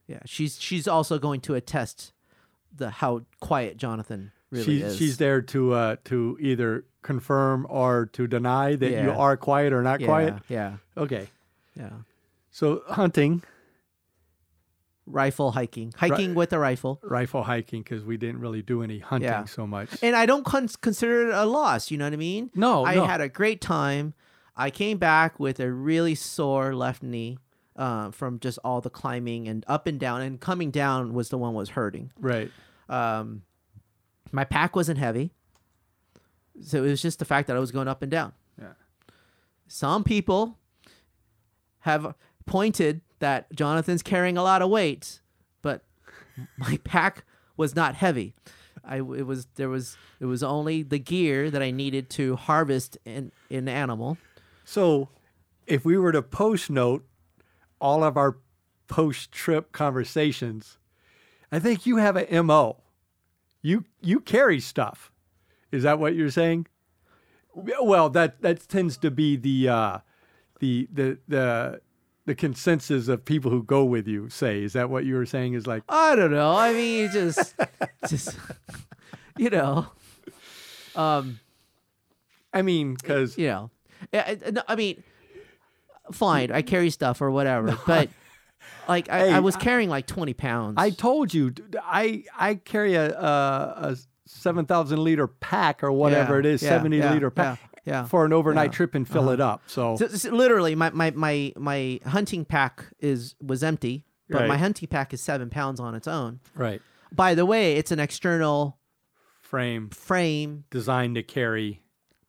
S3: yeah. She's she's also going to attest the how quiet Jonathan really
S1: she's
S3: is.
S1: she's there to uh to either confirm or to deny that you
S3: Yeah.
S1: are quiet or not
S3: yeah,
S1: quiet.
S3: Yeah,
S1: Okay.
S3: yeah.
S1: So hunting.
S3: Rifle hiking, hiking with a rifle,
S1: rifle hiking because we didn't really do any hunting
S3: Yeah.
S1: so much.
S3: and I don't cons- consider it a loss. You know what I mean?
S1: No,
S3: I
S1: no.
S3: had a great time. I came back with a really sore left knee uh, from just all the climbing and up and down. And coming down was the one was hurting.
S1: right.
S3: Um, my pack wasn't heavy, so it was just the fact that I was going up and down.
S1: Yeah.
S3: Some people have pointed that Jonathan's carrying a lot of weight, but my pack was not heavy. I it was there was it was only the gear that I needed to harvest an an animal.
S1: So, if we were to post note all of our post trip conversations, I think you have a mo. You you carry stuff. Is that what you're saying? Well, that that tends to be the uh, the the the the consensus of people who go with you say. Is that what you were saying? Is like
S3: I don't know. I mean, it just just you know. Um
S1: I mean, because
S3: you know, I, I- no, I mean, fine, I carry stuff or whatever, but like I, I
S1: Hey,
S3: was carrying like twenty pounds.
S1: I told you, d- d- I I carry a a, a seven thousand liter pack or whatever
S3: Yeah,
S1: it is,
S3: yeah,
S1: seventy
S3: yeah,
S1: liter pack
S3: yeah, yeah,
S1: for an overnight
S3: yeah, Uh-huh.
S1: trip and fill it up. So,
S3: So, so literally, my, my my my hunting pack is was empty, but my
S1: Right.
S3: hunting pack is seven pounds on its own.
S1: right
S3: By the way, it's an external
S1: frame
S3: frame,
S1: designed to carry.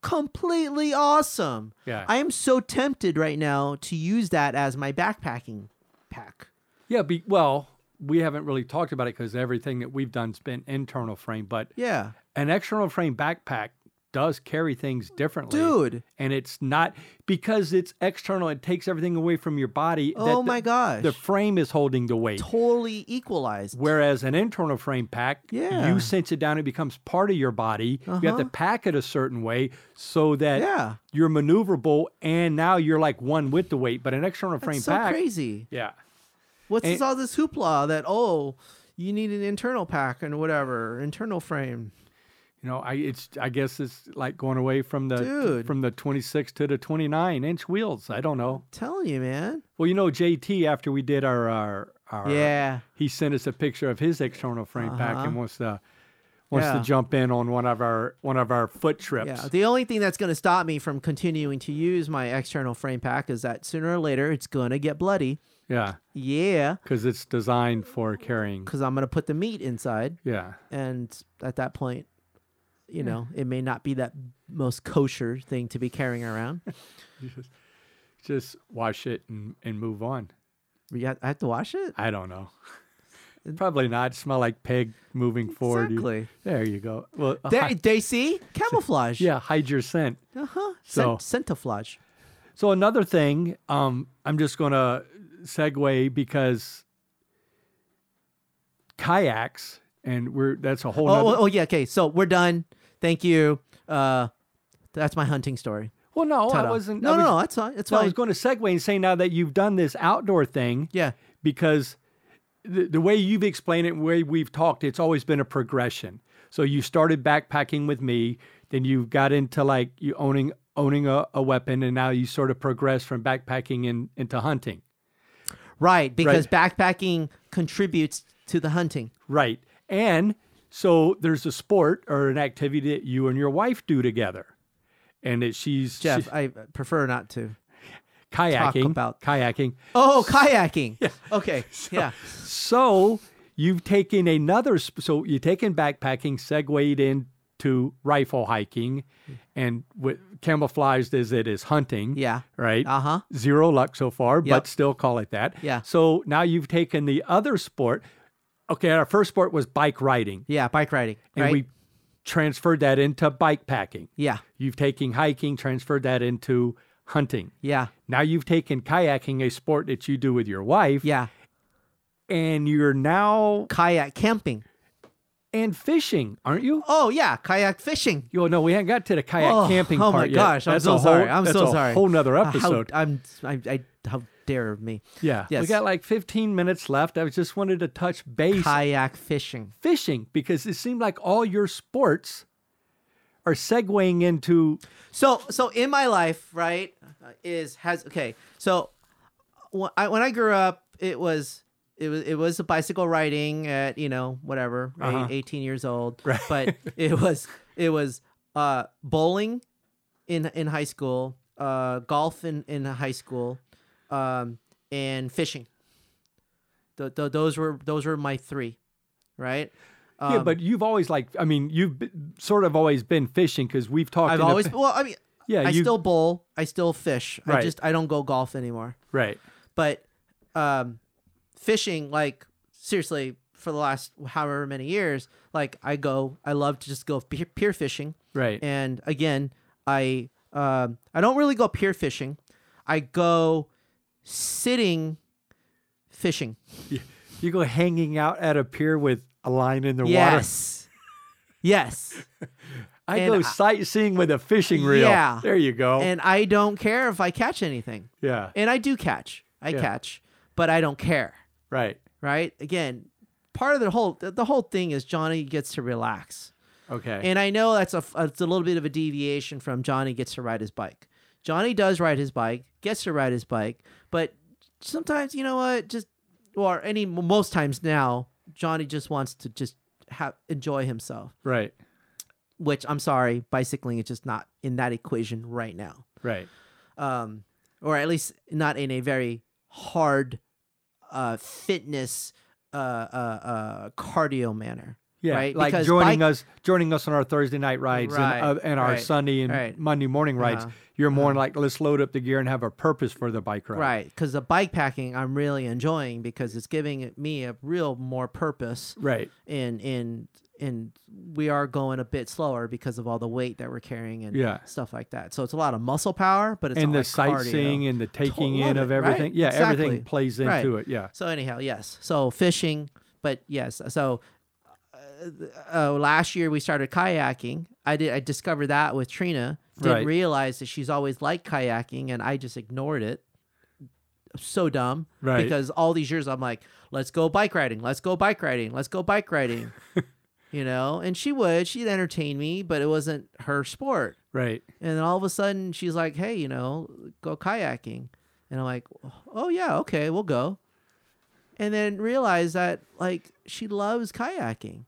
S3: completely awesome.
S1: Yeah.
S3: I am so tempted right now to use that as my backpacking pack.
S1: Yeah, be, well, we haven't really talked about it because everything that we've done's been internal frame, but
S3: Yeah,
S1: an external frame backpack does carry things differently.
S3: dude.
S1: And it's not because it's external, it takes everything away from your body. that
S3: Oh
S1: the-
S3: my gosh.
S1: The frame is holding the weight.
S3: totally equalized.
S1: Whereas an internal frame pack,
S3: Yeah.
S1: you cinch it down, it becomes part of your body. You have
S3: Uh-huh.
S1: to pack it a certain way so that
S3: Yeah.
S1: you're maneuverable and now you're like one with the weight. But an external frame
S3: That's so
S1: pack,
S3: crazy.
S1: yeah.
S3: What's
S1: And-
S3: this, all this hoopla that oh, you need an internal pack and whatever internal frame?
S1: You know, I it's I guess it's like going away from the
S3: Dude.
S1: from the 26 to the 29 inch wheels. I don't know.
S3: telling you, man.
S1: Well, you know, JT after we did our our, our
S3: Yeah.
S1: he sent us a picture of his external frame pack
S3: Uh-huh.
S1: and wants to wants
S3: Yeah.
S1: to jump in on one of our one of our foot trips.
S3: Yeah. The only thing that's going to stop me from continuing to use my external frame pack is that sooner or later it's going to get bloody.
S1: Yeah,
S3: Yeah.
S1: because it's designed for carrying.
S3: Because I'm going to put the meat inside.
S1: Yeah,
S3: And at that point, you
S1: Hmm.
S3: know, it may not be that most kosher thing to be carrying around.
S1: just wash it and, and move on.
S3: We got- I have to wash it?
S1: I don't know. Probably not. Smell like pig moving forward. You-
S3: Exactly.
S1: there you go. Well, a
S3: They,
S1: hi-
S3: they see camouflage.
S1: yeah, hide your scent.
S3: Uh huh.
S1: So-
S3: Centiflage.
S1: So another thing, um, I'm just gonna segue because kayaks, and we're that's a whole.
S3: Oh,
S1: nother-
S3: oh, oh, yeah. Okay. So we're done. Thank you. Uh, that's my hunting story.
S1: well, no, I
S3: Ta-da.
S1: wasn't.
S3: No,
S1: I was,
S3: no, no. That's fine. That's
S1: so I
S3: fine.
S1: was going to segue and say now that you've done this outdoor thing,
S3: yeah.
S1: because the, the way you've explained it, the way we've talked, it's always been a progression. So you started backpacking with me, then you got into like you owning owning a, a weapon, and now you sort of progress from backpacking in, into hunting.
S3: Right. Because backpacking contributes to the hunting.
S1: Right. And so there's a sport or an activity that you and your wife do together. And it, she's
S3: Jeff,
S1: she-
S3: I prefer not to.
S1: kayaking.
S3: about-
S1: kayaking.
S3: Oh, kayaking. Yeah. Okay. yeah.
S1: So you've taken another, sp- so you've taken backpacking, segued into rifle hiking, and wi- camouflaged as it is hunting.
S3: Yeah.
S1: Right.
S3: Uh huh.
S1: Zero luck so far,
S3: Yep.
S1: but still call it that.
S3: Yeah.
S1: So now you've taken the other sport. Okay, our first sport was bike riding,
S3: Yeah. Bike riding.
S1: and
S3: right.
S1: we transferred that into bike packing.
S3: yeah.
S1: You've taken hiking, transferred that into hunting.
S3: Yeah.
S1: Now you've taken kayaking, a sport that you do with your wife,
S3: Yeah.
S1: and you're now
S3: Kayak camping.
S1: and fishing, aren't you?
S3: Oh, yeah. Kayak fishing.
S1: You no, we haven't got to the kayak
S3: oh,
S1: camping
S3: oh
S1: part
S3: my
S1: yet.
S3: gosh. I'm
S1: That's
S3: so
S1: a whole-
S3: sorry. I'm
S1: that's
S3: so
S1: a
S3: sorry.
S1: Whole nother
S3: Uh, how-
S1: episode.
S3: I'm, I, I, how dare of me.
S1: yeah, we
S3: yes.
S1: got like 15 minutes left. I was just wanted to touch base
S3: Kayak fishing.
S1: fishing because it seemed like all your sports are segueing into
S3: So so in my life, right, uh, is has okay. So wh- I, when I grew up, it was it was it was a bicycle riding at you know whatever right,
S1: Uh-huh.
S3: eighteen years old, but it was it was uh, bowling in in high school, uh, golf in in high school, um, and fishing. Th- th- those were those were my three, right? Um,
S1: yeah, but you've always like I mean you've b- sort of always been fishing because we've talked.
S3: I've
S1: in the
S3: always
S1: pa-
S3: well, I mean,
S1: yeah,
S3: I
S1: you,
S3: still bowl, I still fish. I
S1: Right.
S3: just I don't go golf anymore.
S1: right.
S3: but um fishing like seriously for the last however many years like i go i love to just go pier, pier fishing
S1: Right.
S3: and again i um i don't really go pier fishing i go sitting fishing
S1: you go hanging out at a pier with a line in the water.
S3: yes yes
S1: I
S3: and
S1: go
S3: I-
S1: sightseeing with a fishing reel.
S3: Yeah.
S1: There you go.
S3: and i don't care if i catch anything
S1: yeah.
S3: and i do catch i
S1: Yeah.
S3: catch but i don't care
S1: Right.
S3: right again part of the whole the the whole thing is johnny gets to relax
S1: Okay.
S3: And I know that's a, it's a little bit of a deviation from Johnny gets to ride his bike. Johnny does ride his bike, gets to ride his bike, but sometimes, you know what, just, or any, most times now, Johnny just wants to just have, enjoy himself,
S1: right.
S3: which I'm sorry, bicycling is just not in that equation right now.
S1: Right.
S3: Um, or at least not in a very hard uh, fitness uh, uh, uh, cardio manner.
S1: Yeah.
S3: right?
S1: Like
S3: Because
S1: joining
S3: bike-
S1: us joining us on our Thursday night rides
S3: Right,
S1: and, uh, and our
S3: right,
S1: Sunday and
S3: right.
S1: Monday morning rides.
S3: Uh-huh.
S1: You're more like let's load up the gear and have a purpose for the bike ride.
S3: Right, because the bike packing I'm really enjoying because it's giving it- me a real more purpose.
S1: Right.
S3: And and and we are going a bit slower because of all the weight that we're carrying and
S1: Yeah.
S3: stuff like that. So it's a lot of muscle power, but it's
S1: and the
S3: not like cardio.
S1: sightseeing and the taking
S3: love
S1: in
S3: it,
S1: of
S3: right?
S1: everything. Yeah, everything
S3: Exactly.
S1: plays
S3: Right.
S1: into it. Yeah.
S3: So anyhow, yes. So fishing, but yes. So uh, uh, last year we started kayaking. I did. I discovered that with Trina. Didn't
S1: Right.
S3: realize that she's always liked kayaking, and I just ignored it. So dumb.
S1: Right.
S3: Because all these years I'm like, let's go bike riding. Let's go bike riding. Let's go bike riding. you know, and she would, she'd entertain me, but it wasn't her sport.
S1: Right.
S3: And then all of a sudden, she's like, "Hey, you know, go kayaking," and I'm like, "Oh yeah, okay, we'll go." And then realize that like she loves kayaking.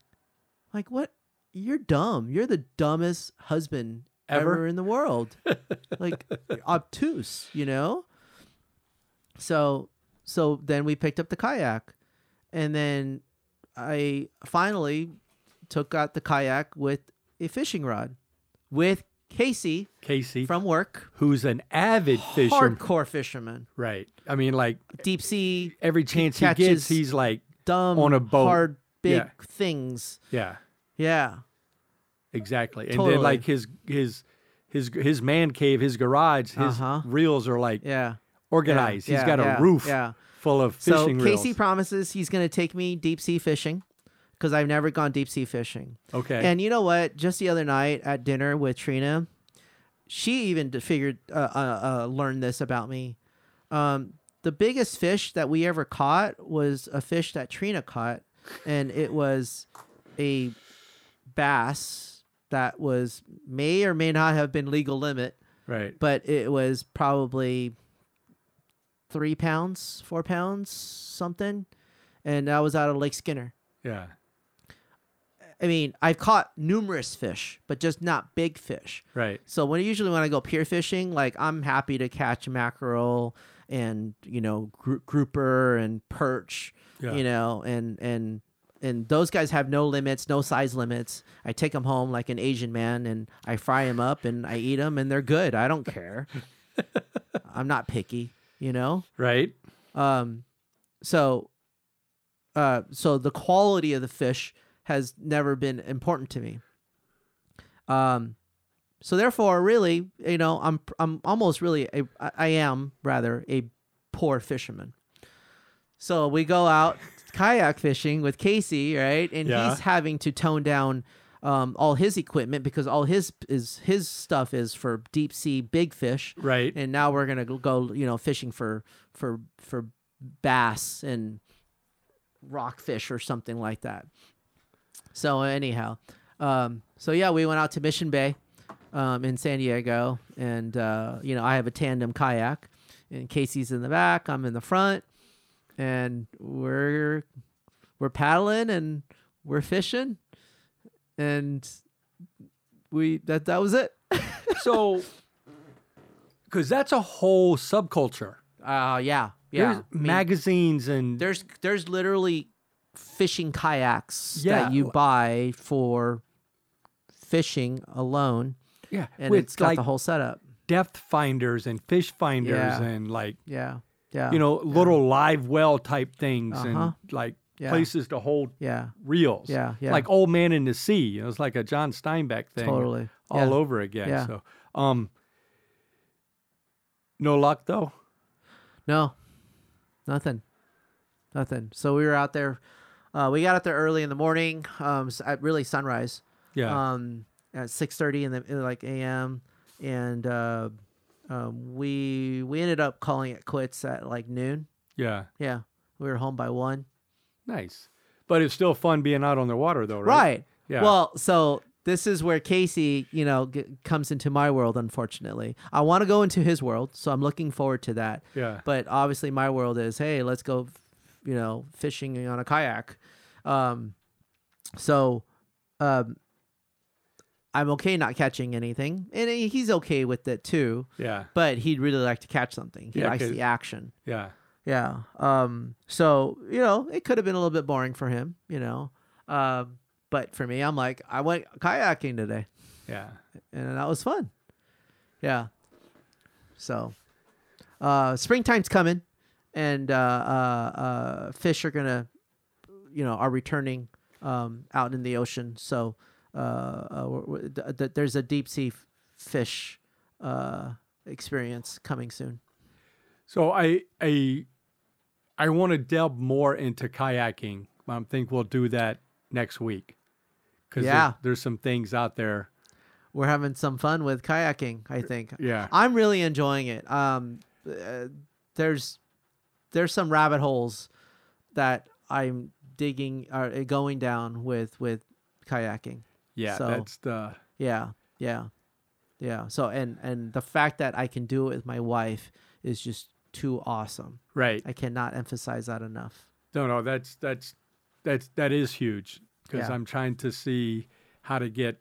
S3: Like what? You're dumb. You're the dumbest husband
S1: Ever?
S3: ever, in the world. like you're obtuse, you know. So so then we picked up the kayak, and then I finally took out the kayak with a fishing rod, with Casey
S1: Casey,
S3: from work.
S1: who's an avid fisherman.
S3: Hardcore fisherman.
S1: Right. I mean, like
S3: Deep sea,
S1: every chance he,
S3: catches-
S1: gets, he's like,
S3: dumb,
S1: On a boat.
S3: hard, big
S1: Yeah.
S3: things.
S1: yeah,
S3: Yeah.
S1: exactly. And
S3: Totally.
S1: then like his his his his man cave, his garage, his
S3: Uh-huh.
S1: reels are like
S3: Yeah.
S1: organized.
S3: yeah,
S1: he's got
S3: yeah,
S1: a roof
S3: yeah.
S1: full of
S3: So
S1: fishing reels.
S3: Casey promises he's going to take me deep sea fishing because I've never gone deep sea fishing.
S1: okay.
S3: And you know what? Just the other night at dinner with Trina, she even d- figured, uh, uh, uh, learned this about me. Um, the biggest fish that we ever caught was a fish that Trina caught, and it was a bass that was may or may not have been legal limit,
S1: right.
S3: but it was probably three pounds, four pounds, something. And that was out of Lake Skinner.
S1: Yeah.
S3: I mean, I've caught numerous fish, but just not big fish.
S1: Right.
S3: So when usually when I go pier fishing, like I'm happy to catch mackerel and you know gr- grouper and perch,
S1: Yeah.
S3: you know, and and and those guys have no limits, no size limits. I take them home like an Asian man, and I fry them up and I eat them, and they're good. I don't care. I'm not picky, you know.
S1: Right.
S3: Um, so, uh, so the quality of the fish has never been important to me. Um, so therefore, really, you know, I'm I'm almost really a, I I am rather a poor fisherman. So we go out kayak fishing with Casey, right? And
S1: Yeah.
S3: he's having to tone down um, all his equipment because all his is his stuff is for deep sea big fish
S1: Right.
S3: and now we're gonna go- go you know fishing for for for bass and rockfish or something like that so anyhow um so yeah we went out to mission bay um in san diego and uh you know i have a tandem kayak and casey's in the back i'm in the front and we're we're paddling and we're fishing and we that that was it
S1: so, because that's a whole subculture.
S3: uh yeah yeah
S1: There's
S3: I mean-
S1: magazines and
S3: There's there's literally fishing kayaks
S1: Yeah.
S3: that you buy for fishing alone,
S1: yeah,
S3: and
S1: with
S3: it's got
S1: like
S3: the whole setup.
S1: depth finders and fish finders
S3: Yeah.
S1: and like
S3: Yeah, yeah,
S1: you know little live well type things
S3: Uh-huh.
S1: and like
S3: Yeah.
S1: places to hold
S3: yeah,
S1: reels.
S3: Yeah, yeah.
S1: Like Old Man in the Sea. You know, it's like a John Steinbeck thing
S3: totally.
S1: all
S3: yeah.
S1: over again.
S3: Yeah.
S1: So, um, no luck though.
S3: No, nothing, nothing. So we were out there. Uh, we got out there early in the morning, um, s- at really sunrise.
S1: Yeah.
S3: um, at six thirty in the in like a.m. and uh, um, we we ended up calling it quits at like noon.
S1: yeah.
S3: Yeah, we were home by one.
S1: Nice. But it's still fun being out on the water though,
S3: Right.
S1: right? Yeah.
S3: Well, so this is where Casey, you know, g- comes into my world. Unfortunately, I want to go into his world, so I'm looking forward to that.
S1: Yeah.
S3: But obviously, my world is, hey, let's go, you know, fishing on a kayak. Um, so, um, I'm okay not catching anything, and he- he's okay with it too.
S1: Yeah.
S3: But he'd really like to catch something. He
S1: Yeah,
S3: likes
S1: 'cause-
S3: the action.
S1: Yeah.
S3: Yeah. Um. So you know, it could have been a little bit boring for him. You know. Um. But for me, I'm like, I went kayaking today,
S1: Yeah.
S3: and that was fun. Yeah. So, uh, springtime's coming, and uh, uh, uh, fish are gonna, you know, are returning, um, out in the ocean. So, uh, uh we're- we're- th- th- there's a deep sea f- fish, uh, experience coming soon.
S1: So I I I want to delve more into kayaking. I think we'll do that next week. Cuz
S3: Yeah.
S1: there's some things out there.
S3: we're having some fun with kayaking. I think.
S1: Yeah.
S3: I'm really enjoying it. Um, uh, there's there's some rabbit holes that I'm digging or uh, going down with with kayaking.
S1: Yeah,
S3: So-
S1: that's the
S3: Yeah, yeah, yeah. So and and the fact that I can do it with my wife is just too awesome.
S1: right.
S3: I cannot emphasize that enough.
S1: No, no, that's that's that's that is huge because
S3: Yeah.
S1: I'm trying to see how to get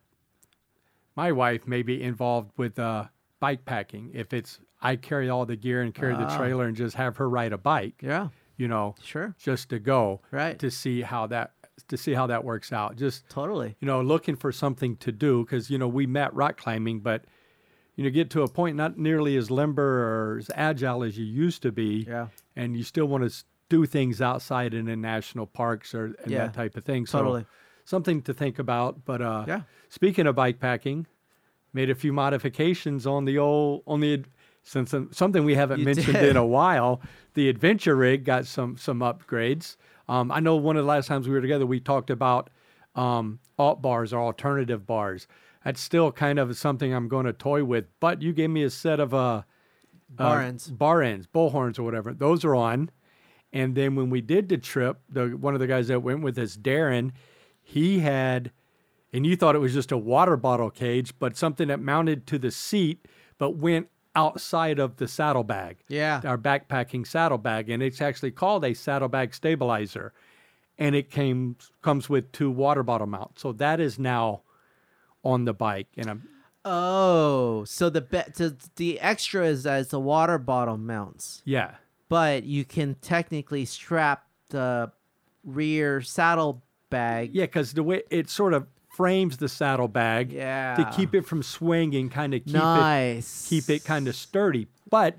S1: my wife maybe involved with uh, bike packing. If it's I carry all the gear and carry the
S3: Ah.
S1: trailer and just have her ride a bike,
S3: Yeah,
S1: you know,
S3: sure,
S1: just to go
S3: right,
S1: to see how that to see how that works out. Just
S3: totally.
S1: you know, looking for something to do because you know we met rock climbing, but you know, get to a point not nearly as limber or as agile as you used to be
S3: Yeah,
S1: and you still want to do things outside and in national parks or and
S3: Yeah,
S1: that type of thing. So
S3: totally.
S1: something to think about. But uh,
S3: Yeah.
S1: speaking of bike packing, made a few modifications on the old on the ad- since um, something we haven't
S3: You
S1: mentioned
S3: did.
S1: in a while. The adventure rig got some some upgrades. Um, I know one of the last times we were together, we talked about um, alt bars or alternative bars. That's still kind of something I'm going to toy with. But you gave me a set of uh,
S3: Bar
S1: uh,
S3: ends.
S1: bar ends, bullhorns, or whatever. Those are on. And then when we did the trip, the one of the guys that went with us, Darren, he had, and you thought it was just a water bottle cage, but something that mounted to the seat, but went outside of the saddlebag,
S3: Yeah.
S1: our backpacking saddlebag, and it's actually called a saddlebag stabilizer, and it came comes with two water bottle mounts, so that is now on the bike, and I'm
S3: Oh, so the be- to, the extra is that it's the water bottle mounts,
S1: yeah,
S3: but you can technically strap the rear saddle bag.
S1: Yeah, because the way it sort of frames the saddlebag
S3: Yeah.
S1: to keep it from swinging, kind of keep it
S3: nice.
S1: keep it kind of sturdy. But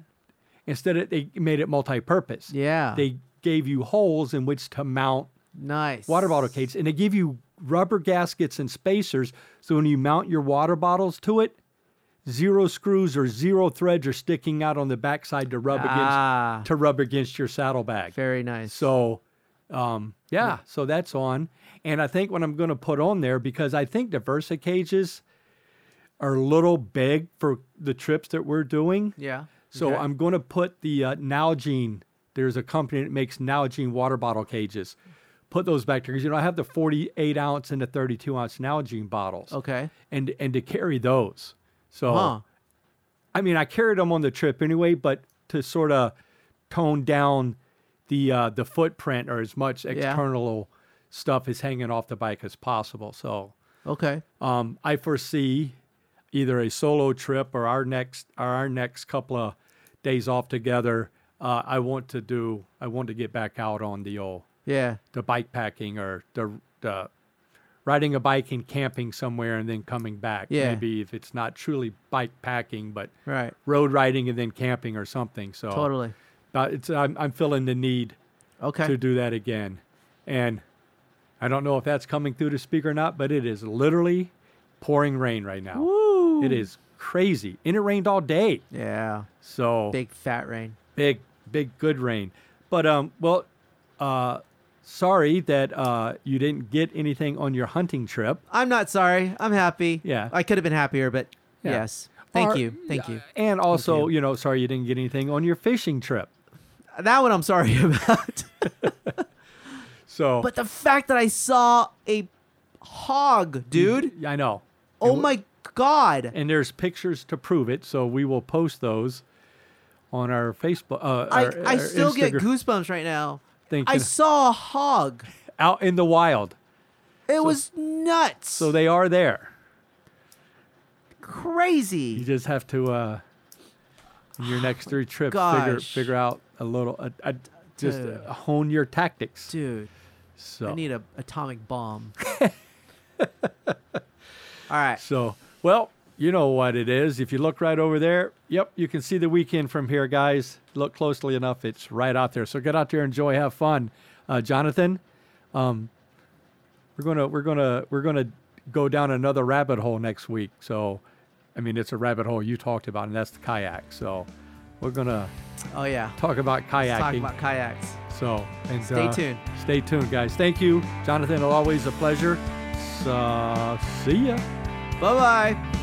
S1: instead, it, they made it multi-purpose.
S3: Yeah.
S1: They gave you holes in which to mount
S3: nice
S1: water bottle cage, and they give you rubber gaskets and spacers. So when you mount your water bottles to it, zero screws or zero threads are sticking out on the backside to rub
S3: Ah.
S1: against to rub against your saddlebag.
S3: Very nice.
S1: So, um, yeah, so that's on. And I think what I'm going to put on there because I think the Versa cages are a little big for the trips that we're doing.
S3: yeah.
S1: So
S3: Okay.
S1: I'm going to put the uh, Nalgene. There's a company that makes Nalgene water bottle cages. Put those back there because you know I have the 48 ounce and the 32 ounce Nalgene bottles,
S3: okay. Uh-huh.
S1: and and to carry those. So
S3: Huh.
S1: I mean, I carried them on the trip anyway, but to sort of tone down the uh, the footprint or as much external stuff is hanging off the bike as possible. So
S3: Okay.
S1: um, I foresee either a solo trip or our next or our next couple of days off together. Uh, I want to do. I want to get back out on the old
S3: Yeah.
S1: the bike packing or the the riding a bike and camping somewhere and then coming back.
S3: Yeah.
S1: Maybe if it's not truly bike packing, but
S3: Right.
S1: road riding and then camping or something. So
S3: Totally.
S1: uh, it's I'm, I'm feeling the need
S3: Okay.
S1: to do that again, and I don't know if that's coming through the speaker or not, but it is literally pouring rain right now.
S3: Woo.
S1: It is crazy, and it rained all day.
S3: Yeah.
S1: So
S3: Big fat rain.
S1: big, big, good rain. But um, well, uh, sorry that uh, you didn't get anything on your hunting trip.
S3: I'm not sorry. I'm happy.
S1: Yeah.
S3: I could have been happier, but
S1: Yeah.
S3: yes. Thank
S1: Or-
S3: you. Thank you.
S1: And also,
S3: you.
S1: you know, sorry you didn't get anything on your fishing trip.
S3: That one I'm sorry about.
S1: So,
S3: but the fact that I saw a hog, dude.
S1: I know.
S3: Oh my god.
S1: and there's pictures to prove it. So we will post those on our Facebook. Uh,
S3: I,
S1: our,
S3: I
S1: our
S3: still get
S1: Instagram
S3: goosebumps right now.
S1: Thank
S3: I
S1: you.
S3: saw a hog.
S1: out in the wild.
S3: It was nuts.
S1: So they are there. You
S3: crazy.
S1: just have to uh, in your next three trips figure
S3: gosh.
S1: figure out a little. Uh, uh, just uh,
S3: Dude.
S1: hone your tactics.
S3: Dude,
S1: so
S3: I need an atomic bomb. All right.
S1: so well. You know what it is. If you look right over there, yep, you can see the weekend from here, guys. Look closely enough, it's right out there. So get out there, enjoy, have fun. Uh, Jonathan, um, we're gonna we're gonna we're gonna go down another rabbit hole next week. So, I mean, it's a rabbit hole you talked about, and that's the kayak. So, we're gonna
S3: Oh, yeah.
S1: talk about kayaking.
S3: Let's talk about kayaks.
S1: so, and
S3: Stay
S1: uh,
S3: tuned.
S1: Stay tuned, guys. Thank you, Jonathan. Always a pleasure. So, uh, see ya.
S3: Bye bye.